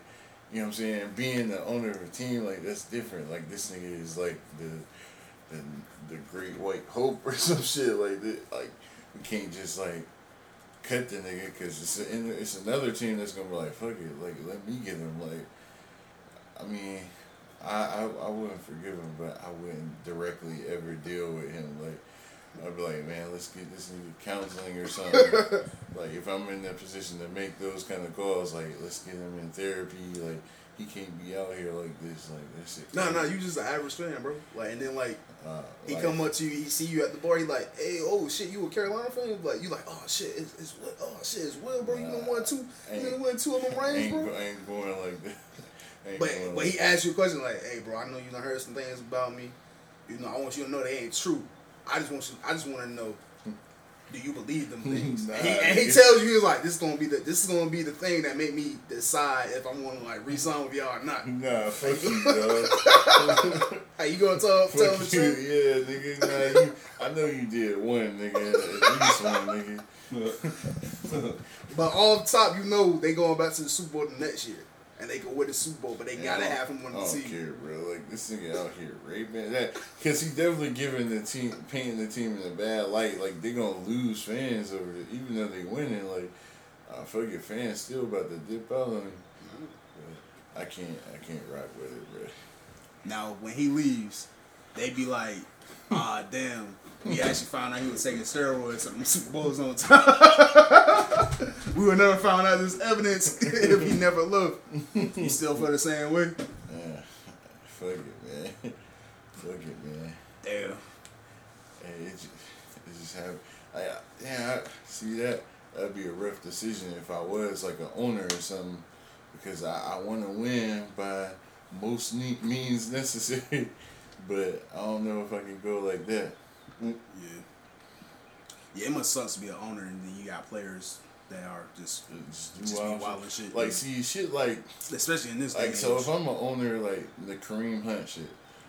you know what I'm saying being the owner of a team like that's different like this nigga is like the the, the great white hope or *laughs* some shit like that like we can't just like cut the nigga because it's a, and it's another team that's gonna be like fuck it like let me get him like I mean I I, I wouldn't forgive him but I wouldn't directly ever deal with him like I'd be like, man, let's get this nigga counseling *laughs* or something. like, if I'm in that position to make those kind of calls, like, let's get him in therapy. Like, he can't be out here like this. Like, that's it. No, no, you just an average fan, bro. Like, and then like Uh, He like, come up to you, he see you at the bar, he like, hey, oh shit, you a Carolina fan? Like, you like, oh shit, it's, it's Will, oh shit, it's Will, bro. You done won two, you done won two of them rings, ain't, bro. go- ain't going like that. *laughs* Ain't But going but like he asked you a question like, hey, bro, I know you done heard some things about me. You know, I want you to know they ain't true. I just want you, I just want to know, do you believe them things? *laughs* Nah, and, he, and he nigga. tells you, he's like, this is gonna be the this is gonna be the thing that make me decide if I'm gonna like resign with y'all or *laughs* not. Nah, *laughs* fuck you, dog. Hey, you gonna tell tell him the *laughs* fuck you. truth? Yeah, nigga. Nah, you, I know you did one, nigga. At least one, nigga. But off top, you know they going back to the Super Bowl the next year, and they can win the Super Bowl, but they gotta I don't- have him on the I don't team. care, bro. Like this nigga out here raping that because he definitely giving the team, painting the team in a bad light. Like they gonna lose fans Mm-hmm. over, the, even though they winning. Like, uh, fuck your fans still about to dip out on him. I can't. I can't rock with it, bro. Now, when he leaves, they be like, ah, damn. *laughs* We actually found out he was taking steroids on the Super Bowls on time. *laughs* we would never found out this evidence *laughs* if he never looked. He still felt the same way. Yeah. *sighs* Fuck it, man. *laughs* Fuck it, man. Damn. Hey, it just, it just happened. I, I- yeah, I, see that? That'd be a rough decision if I was like an owner or something, because I, I want to win by most ne- means *laughs* necessary, but I don't know if I can go like that. Yeah. Yeah, it must suck to be an owner and then you got players that are just, Just do just be wild wild and shit. shit. Like, see, shit like especially in this day. Like and so, age. if I'm an owner, like the Kareem Hunt shit,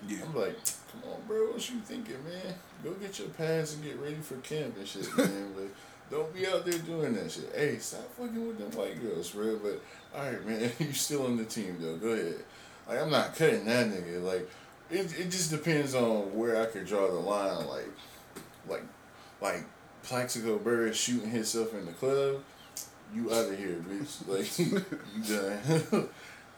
yeah. I'm like, come on, bro, what you thinking, man? Go get your pads and get ready for camp and shit, man. But don't be out there doing that shit. Hey, stop fucking with them white girls, bro. But all right, man, *laughs* you still on the team though. Go ahead. Like I'm not cutting that nigga. Like it, it just depends on where I could draw the line. Like, like, like Plaxico Burris shooting himself in the club. You out of here, bitch. Like *laughs* you done. *laughs*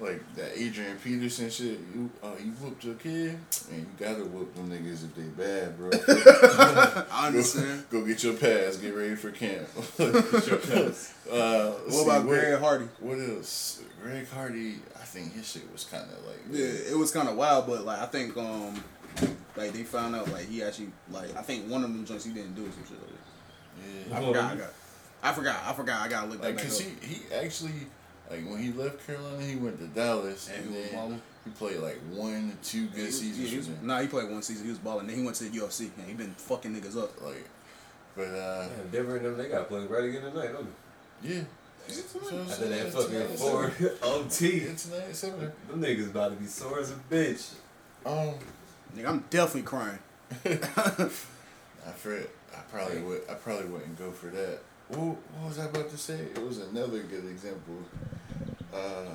like that Adrian Peterson shit. You uh, you whooped your kid, and you gotta whoop them niggas if they *laughs* bad, bro. *laughs* I *laughs* understand. Go get your pass. Get ready *laughs* for camp. Get your pass. *laughs* Uh, let's What see, about Greg Hardy? What else? Greg Hardy. I think his shit was kind of like Yeah, it was kind of wild, but like I think um like they found out like he actually like I think one of them joints he didn't do or some shit like that. yeah. I forgot. I, got, I forgot. I forgot. I gotta look that Oh, Like, back cause up. he, he actually, like, when he left Carolina, he went to Dallas, And and, he was then balling. he played like one to two good He was- yeah, seasons. he was- with them. nah, he played one season. He was balling. Then he went to the UFC and he been fucking niggas up. Like, but uh, Yeah, Denver and them, they got playing right again tonight, don't yeah. they? After that *laughs* fucking four *laughs* OT. It's tonight, seven. Them niggas about to be sore as a bitch. Um, Nigga, I'm definitely crying. I fret. I probably would. I probably wouldn't go for that. What, what was I about to say? It was another good example. Uh,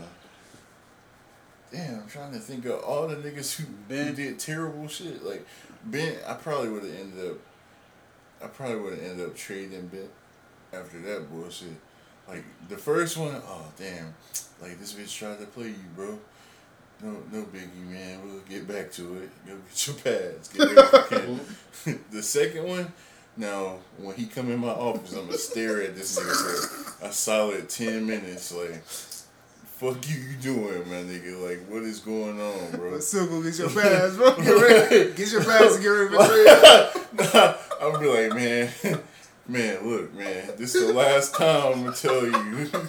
damn, I'm trying to think of all the niggas who Ben. who did terrible shit. Like Ben, I probably would have ended up. I probably would have ended up trading Ben after that bullshit. Like the first one, oh damn! Like this bitch tried to play you, bro. No, no biggie, man. We'll get back to it. Go get your pads. Get ready for camp. *laughs* the second one, now when he come in my office, I'm gonna stare at this nigga for a solid ten minutes. Like, fuck you, you doing, my nigga? Like, what is going on, bro? still go get your pass, bro. Get ready. Get your pass and get ready for *laughs* I'll be like, man, *laughs* man, look, man, this is the last time I'm gonna tell you. *laughs*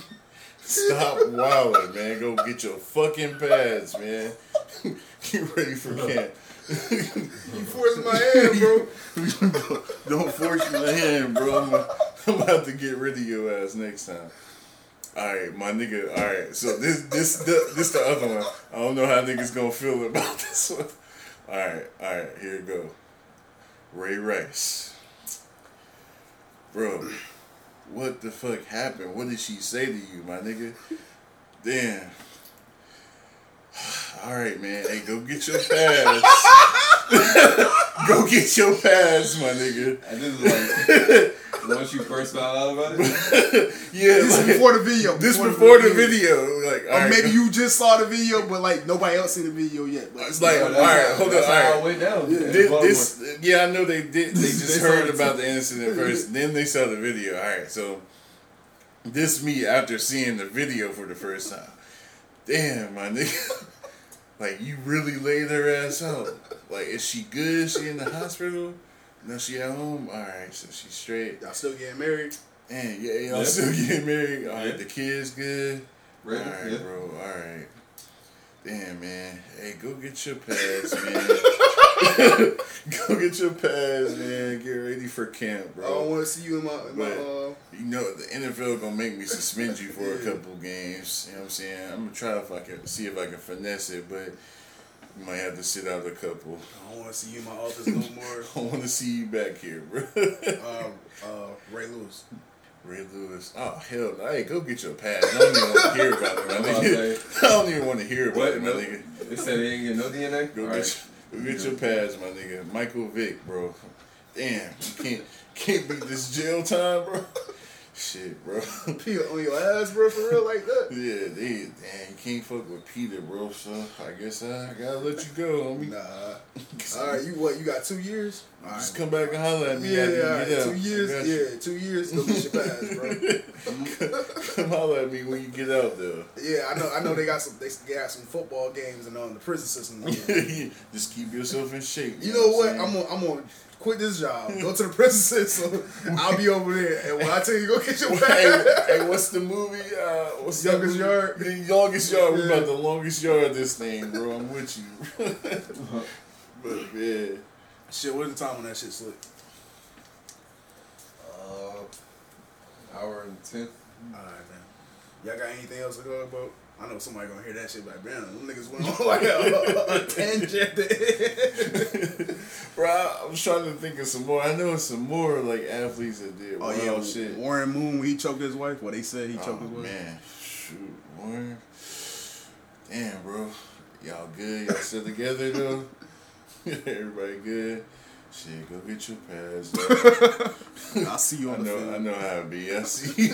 Stop wilding, man. Go get your fucking pads, man. *laughs* Get ready for camp. You forced my hand, bro. Don't force your hand, bro. I'm, I'm about to get rid of your ass next time. All right, my nigga. All right, so this this the, this the other one. I don't know how niggas gonna feel about *laughs* this one. All right, all right, here it go. Ray Rice, bro. What the fuck happened? What did she say to you, my nigga? Damn. *sighs* All right, man. Hey, go get your pads. go get your pads, my nigga. *laughs* And this is *laughs* like once you first found out about it, Yeah, This like- is before the video. This before the video, like Or alright. maybe you just saw the video, but like nobody else seen the video yet. But It's like all right, hold on, that's all how right. it went down. Yeah. This, this- yeah, I know they did. They They just saw heard it about the *laughs* incident first, then they saw the video. All right, so this me after seeing the video for the first time. Damn, my nigga, *laughs* like you really laid her ass out. Like, is she good? She in the hospital? No, she at home. All right, so she's straight. y'all still getting married. And yeah, y'all Yeah. still *laughs* getting married. All right, Yeah. the kids good. Right, all right, yeah. bro. All right. Damn, man. Hey, go get your pads, *laughs* man. *laughs* go get your pads, man. Get ready for camp, I don't bro. want to see you in my, in my But- uh, You know the NFL gonna make me suspend you for a couple games. You know what I'm saying? I'm gonna try if I can see if I can finesse it, but you might have to sit out a couple. *laughs* I don't want to see you in my office no more. I want to see you back here, bro. *laughs* Uh, uh, Ray Lewis. Ray Lewis. Oh hell, no. hey, go get your pads. I don't even want to hear *laughs* about it, my nigga. *laughs* I don't even want to hear about it, What? my No, nigga. they said they didn't get no DNA. Go All get, right. your, go get your pads, my nigga. *laughs* Michael Vick, bro. *laughs* Damn, you can't can't beat this jail time, bro. Shit, bro. Peel on your ass, bro, for real, like that. *laughs* Yeah, they, damn, you can't fuck with Peter, bro. So I guess I gotta let you go, homie. Nah. All right, you what? You got two years? All right. Just come back and holler at me. Yeah, after you yeah, get two out. I got years. you. Yeah, two years. Go *laughs* get your pass, bro. Come holler at me when you get out there. Yeah, I know. I know they got some. They got some football games and on the prison system. *laughs* Just keep yourself in shape. You know what? I'm I'm saying? gonna I'm gonna quit this job. Go to the prison system. I'll be over there, and when I tell you go get your *laughs* hey, pass, hey, what's the movie? Uh, what's that Youngest movie? Yard? The longest yard. We Yeah. about the longest yard of this thing, bro. I'm with you. *laughs* Uh-huh. but yeah, shit. What's the time when that shit slipped? Uh, hour and ten. All right, man. Y'all got anything else to go about? I know somebody gonna hear that shit like, man, them niggas went on like a, a, a tangent. bro. I, I'm trying to think of some more. I know some more like athletes that did. Oh yeah, shit. Warren Moon when he choked his wife. Well, they said he Oh, choked his wife. man, shoot, Warren. Damn, bro, y'all good? Y'all still together though? *laughs* Everybody good? Shit, go get your pads. dog. *laughs* I'll see you I on the know, field. I know how it be. I *laughs* see.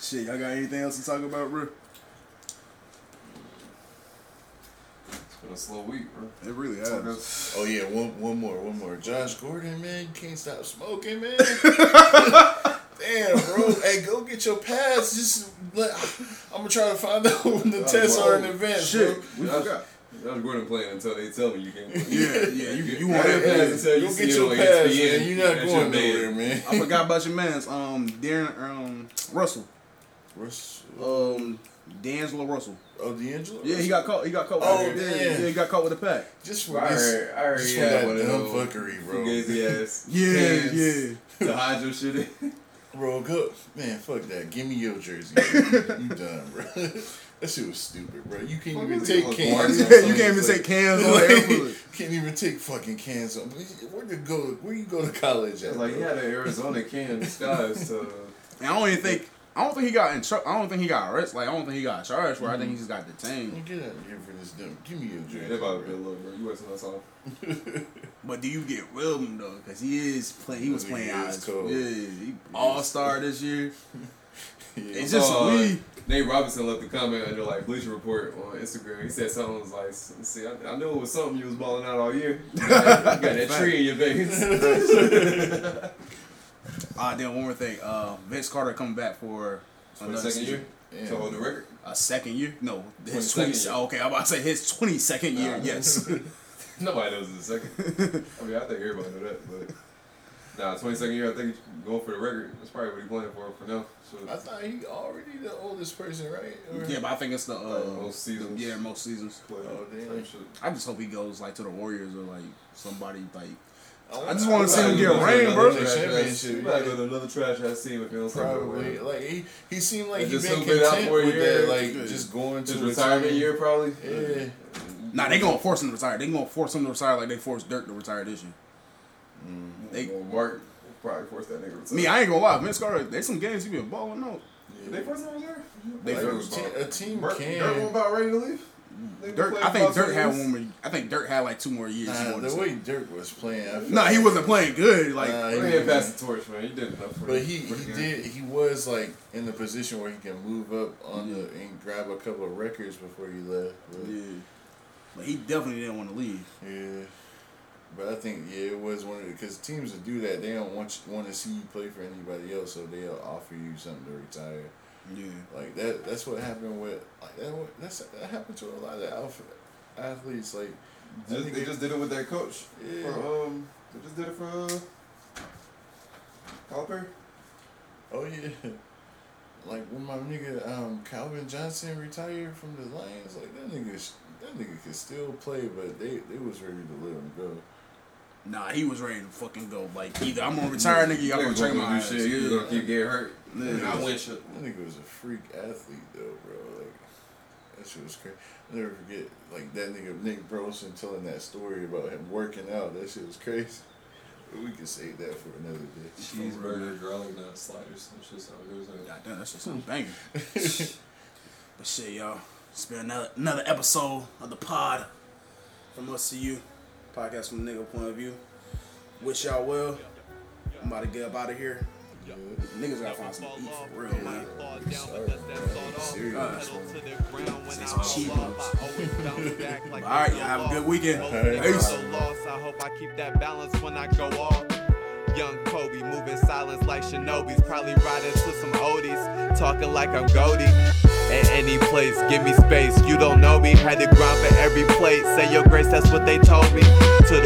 Shit, y'all got anything else to talk about, bro? It's been a slow week, bro. It really Talk has. us- Oh yeah, one one more, one more. Josh Gordon, man, you can't stop smoking, man. Damn, bro. Hey, go get your pass. Just let, I'm gonna try to find out when Oh, the tests are in advance. Shit, Bro. we Josh- forgot. Josh Gordon playing until they tell me you can't. Play. Yeah, *laughs* yeah, you *laughs* you Have want your pass that? until you Go see get it your on pass, ESPN. man. You're not That's going your man. nowhere, man. I forgot about your man's um Darren um Russell Russ- um D'Angelo Russell. Oh, D'Angelo. Yeah, he got caught. He got caught. Oh, with, yeah, man. yeah, he got caught with a pack. just for I this. already, I already Just for had that one of dumb those fuckery, bro. fugazi ass Yeah, pants yeah. to hide your shit in. Bro, go man. Fuck that. Give me your jersey. bro. you done, bro. *laughs* That shit was stupid, bro. You can't even is it take called? cans. Barnes you can't even Like- take *laughs* cans on Like, airport. can't even take fucking cans on. Where you go? Where you go to college at? Like he bro? had an Arizona can disguised to And I don't even think I don't think he got in tr- I don't think he got arrested. Like I don't think he got charged for. it. I think he just got detained. Man, Get out of here for this dumb. Give me *laughs* your Yeah, drink. that about to be a little bro. You wasting us off. But do you get real with him though? Because he is playing. He was He playing is out. of- cold. Yeah, he all star this year. Yeah. It's just Uh, we. Nate Robinson left a comment under like Bleacher Report on Instagram. He said something was like, "See, I, I knew it was something you was balling out all *laughs* year. You got that tree in your *laughs* veins." Ah, then one more thing. Uh, Vince Carter coming back for For the another second year, season. Yeah. to hold the record. A second year? No, his 22nd twenty. year. Okay, I'm about to say his twenty second year. Nah. Yes. Nobody knows it's the second. *laughs* I mean, I think everybody know that, but nah, twenty second year. I think he's going for the record. That's probably what he's playing for for now. So I thought he already the oldest person, right? Or- yeah, but I think it's the uh, Like, most seasons. Yeah, most seasons. play Oh, damn. type shit. I just hope he goes like to the Warriors or like somebody like. wanna- I just wanna see him get Probably rain, another bro. trash ass- Championship, Probably yeah. go to another trash ass team if he don't sign Probably nowhere. like he, he seemed like They he just been hope it out content for a with year. that, like Good. just going to His retirement year, probably. Yeah. Nah, they gonna force him to retire. They gonna force him to retire like they forced Dirk to retire this year. They- Well, Mark probably forced that nigga. to retire. Me, I ain't gonna lie, Vince Carter. There's some games he been balling out. Did they force him over there? They Like, forced a te- a team Dirk, can. Dirk was about ready to leave. They Dirk, played I think about Dirk two had years. one. More, I think Dirk had like two more years. he Nah, wanted the to way Dirk was playing, I say. feel nah, he like- wasn't playing good. Like, Go Nah, he ahead, wasn't. pass the torch, man. You did enough for But he, for the he game. did he was like in the position where he can move up on the and grab a couple of records before he left. But, yeah. but he definitely didn't want to leave. yeah. But I think yeah, it was one of the because teams that do that they don't want you, want to see you play for anybody else, so they'll offer you something to retire. Yeah, Like that that's what happened with like that wa- that's that happened to a lot of alpha athletes like I Just, think they it- just did it with that coach. Yeah. For, um, they just did it for uh, Calipari. oh yeah. Like when my nigga um, Calvin Johnson retired from the Lions, like that nigga, sh- that nigga could still play, but they, they was ready to let him go. nah, he was ready to fucking go. Like, either I'm gonna retire, nigga, y'all gonna Niggas trade gonna my do ass. shit. You Yeah. gonna keep getting hurt. Yeah. I win shit. That nigga was a freak athlete though, bro. Like that shit was crazy. I'll never forget like that nigga Nick Brosen telling that story about him working out. That shit was crazy. But we could save that for another day. Cheeseburger, garlic nut, sliders, some shit. sound good as hell. God damn, that's just a banger. *laughs* but shit, y'all. It's been another, another episode of the pod from us to you. Podcast from the nigga point of view. Wish y'all well. I'm about to get up out of here. Niggas gotta find some eat for real, man. It's cheap. All All right, y'all have a good weekend. Peace. so lost. I hope I keep that balance when I go off. Young Kobe, moving silence like shinobis. Probably riding to some oldies, talking like I'm Goldie. At any place, give me space. You don't know me. Had to grind for every plate. Say your grace, that's what they told me. To the Oh.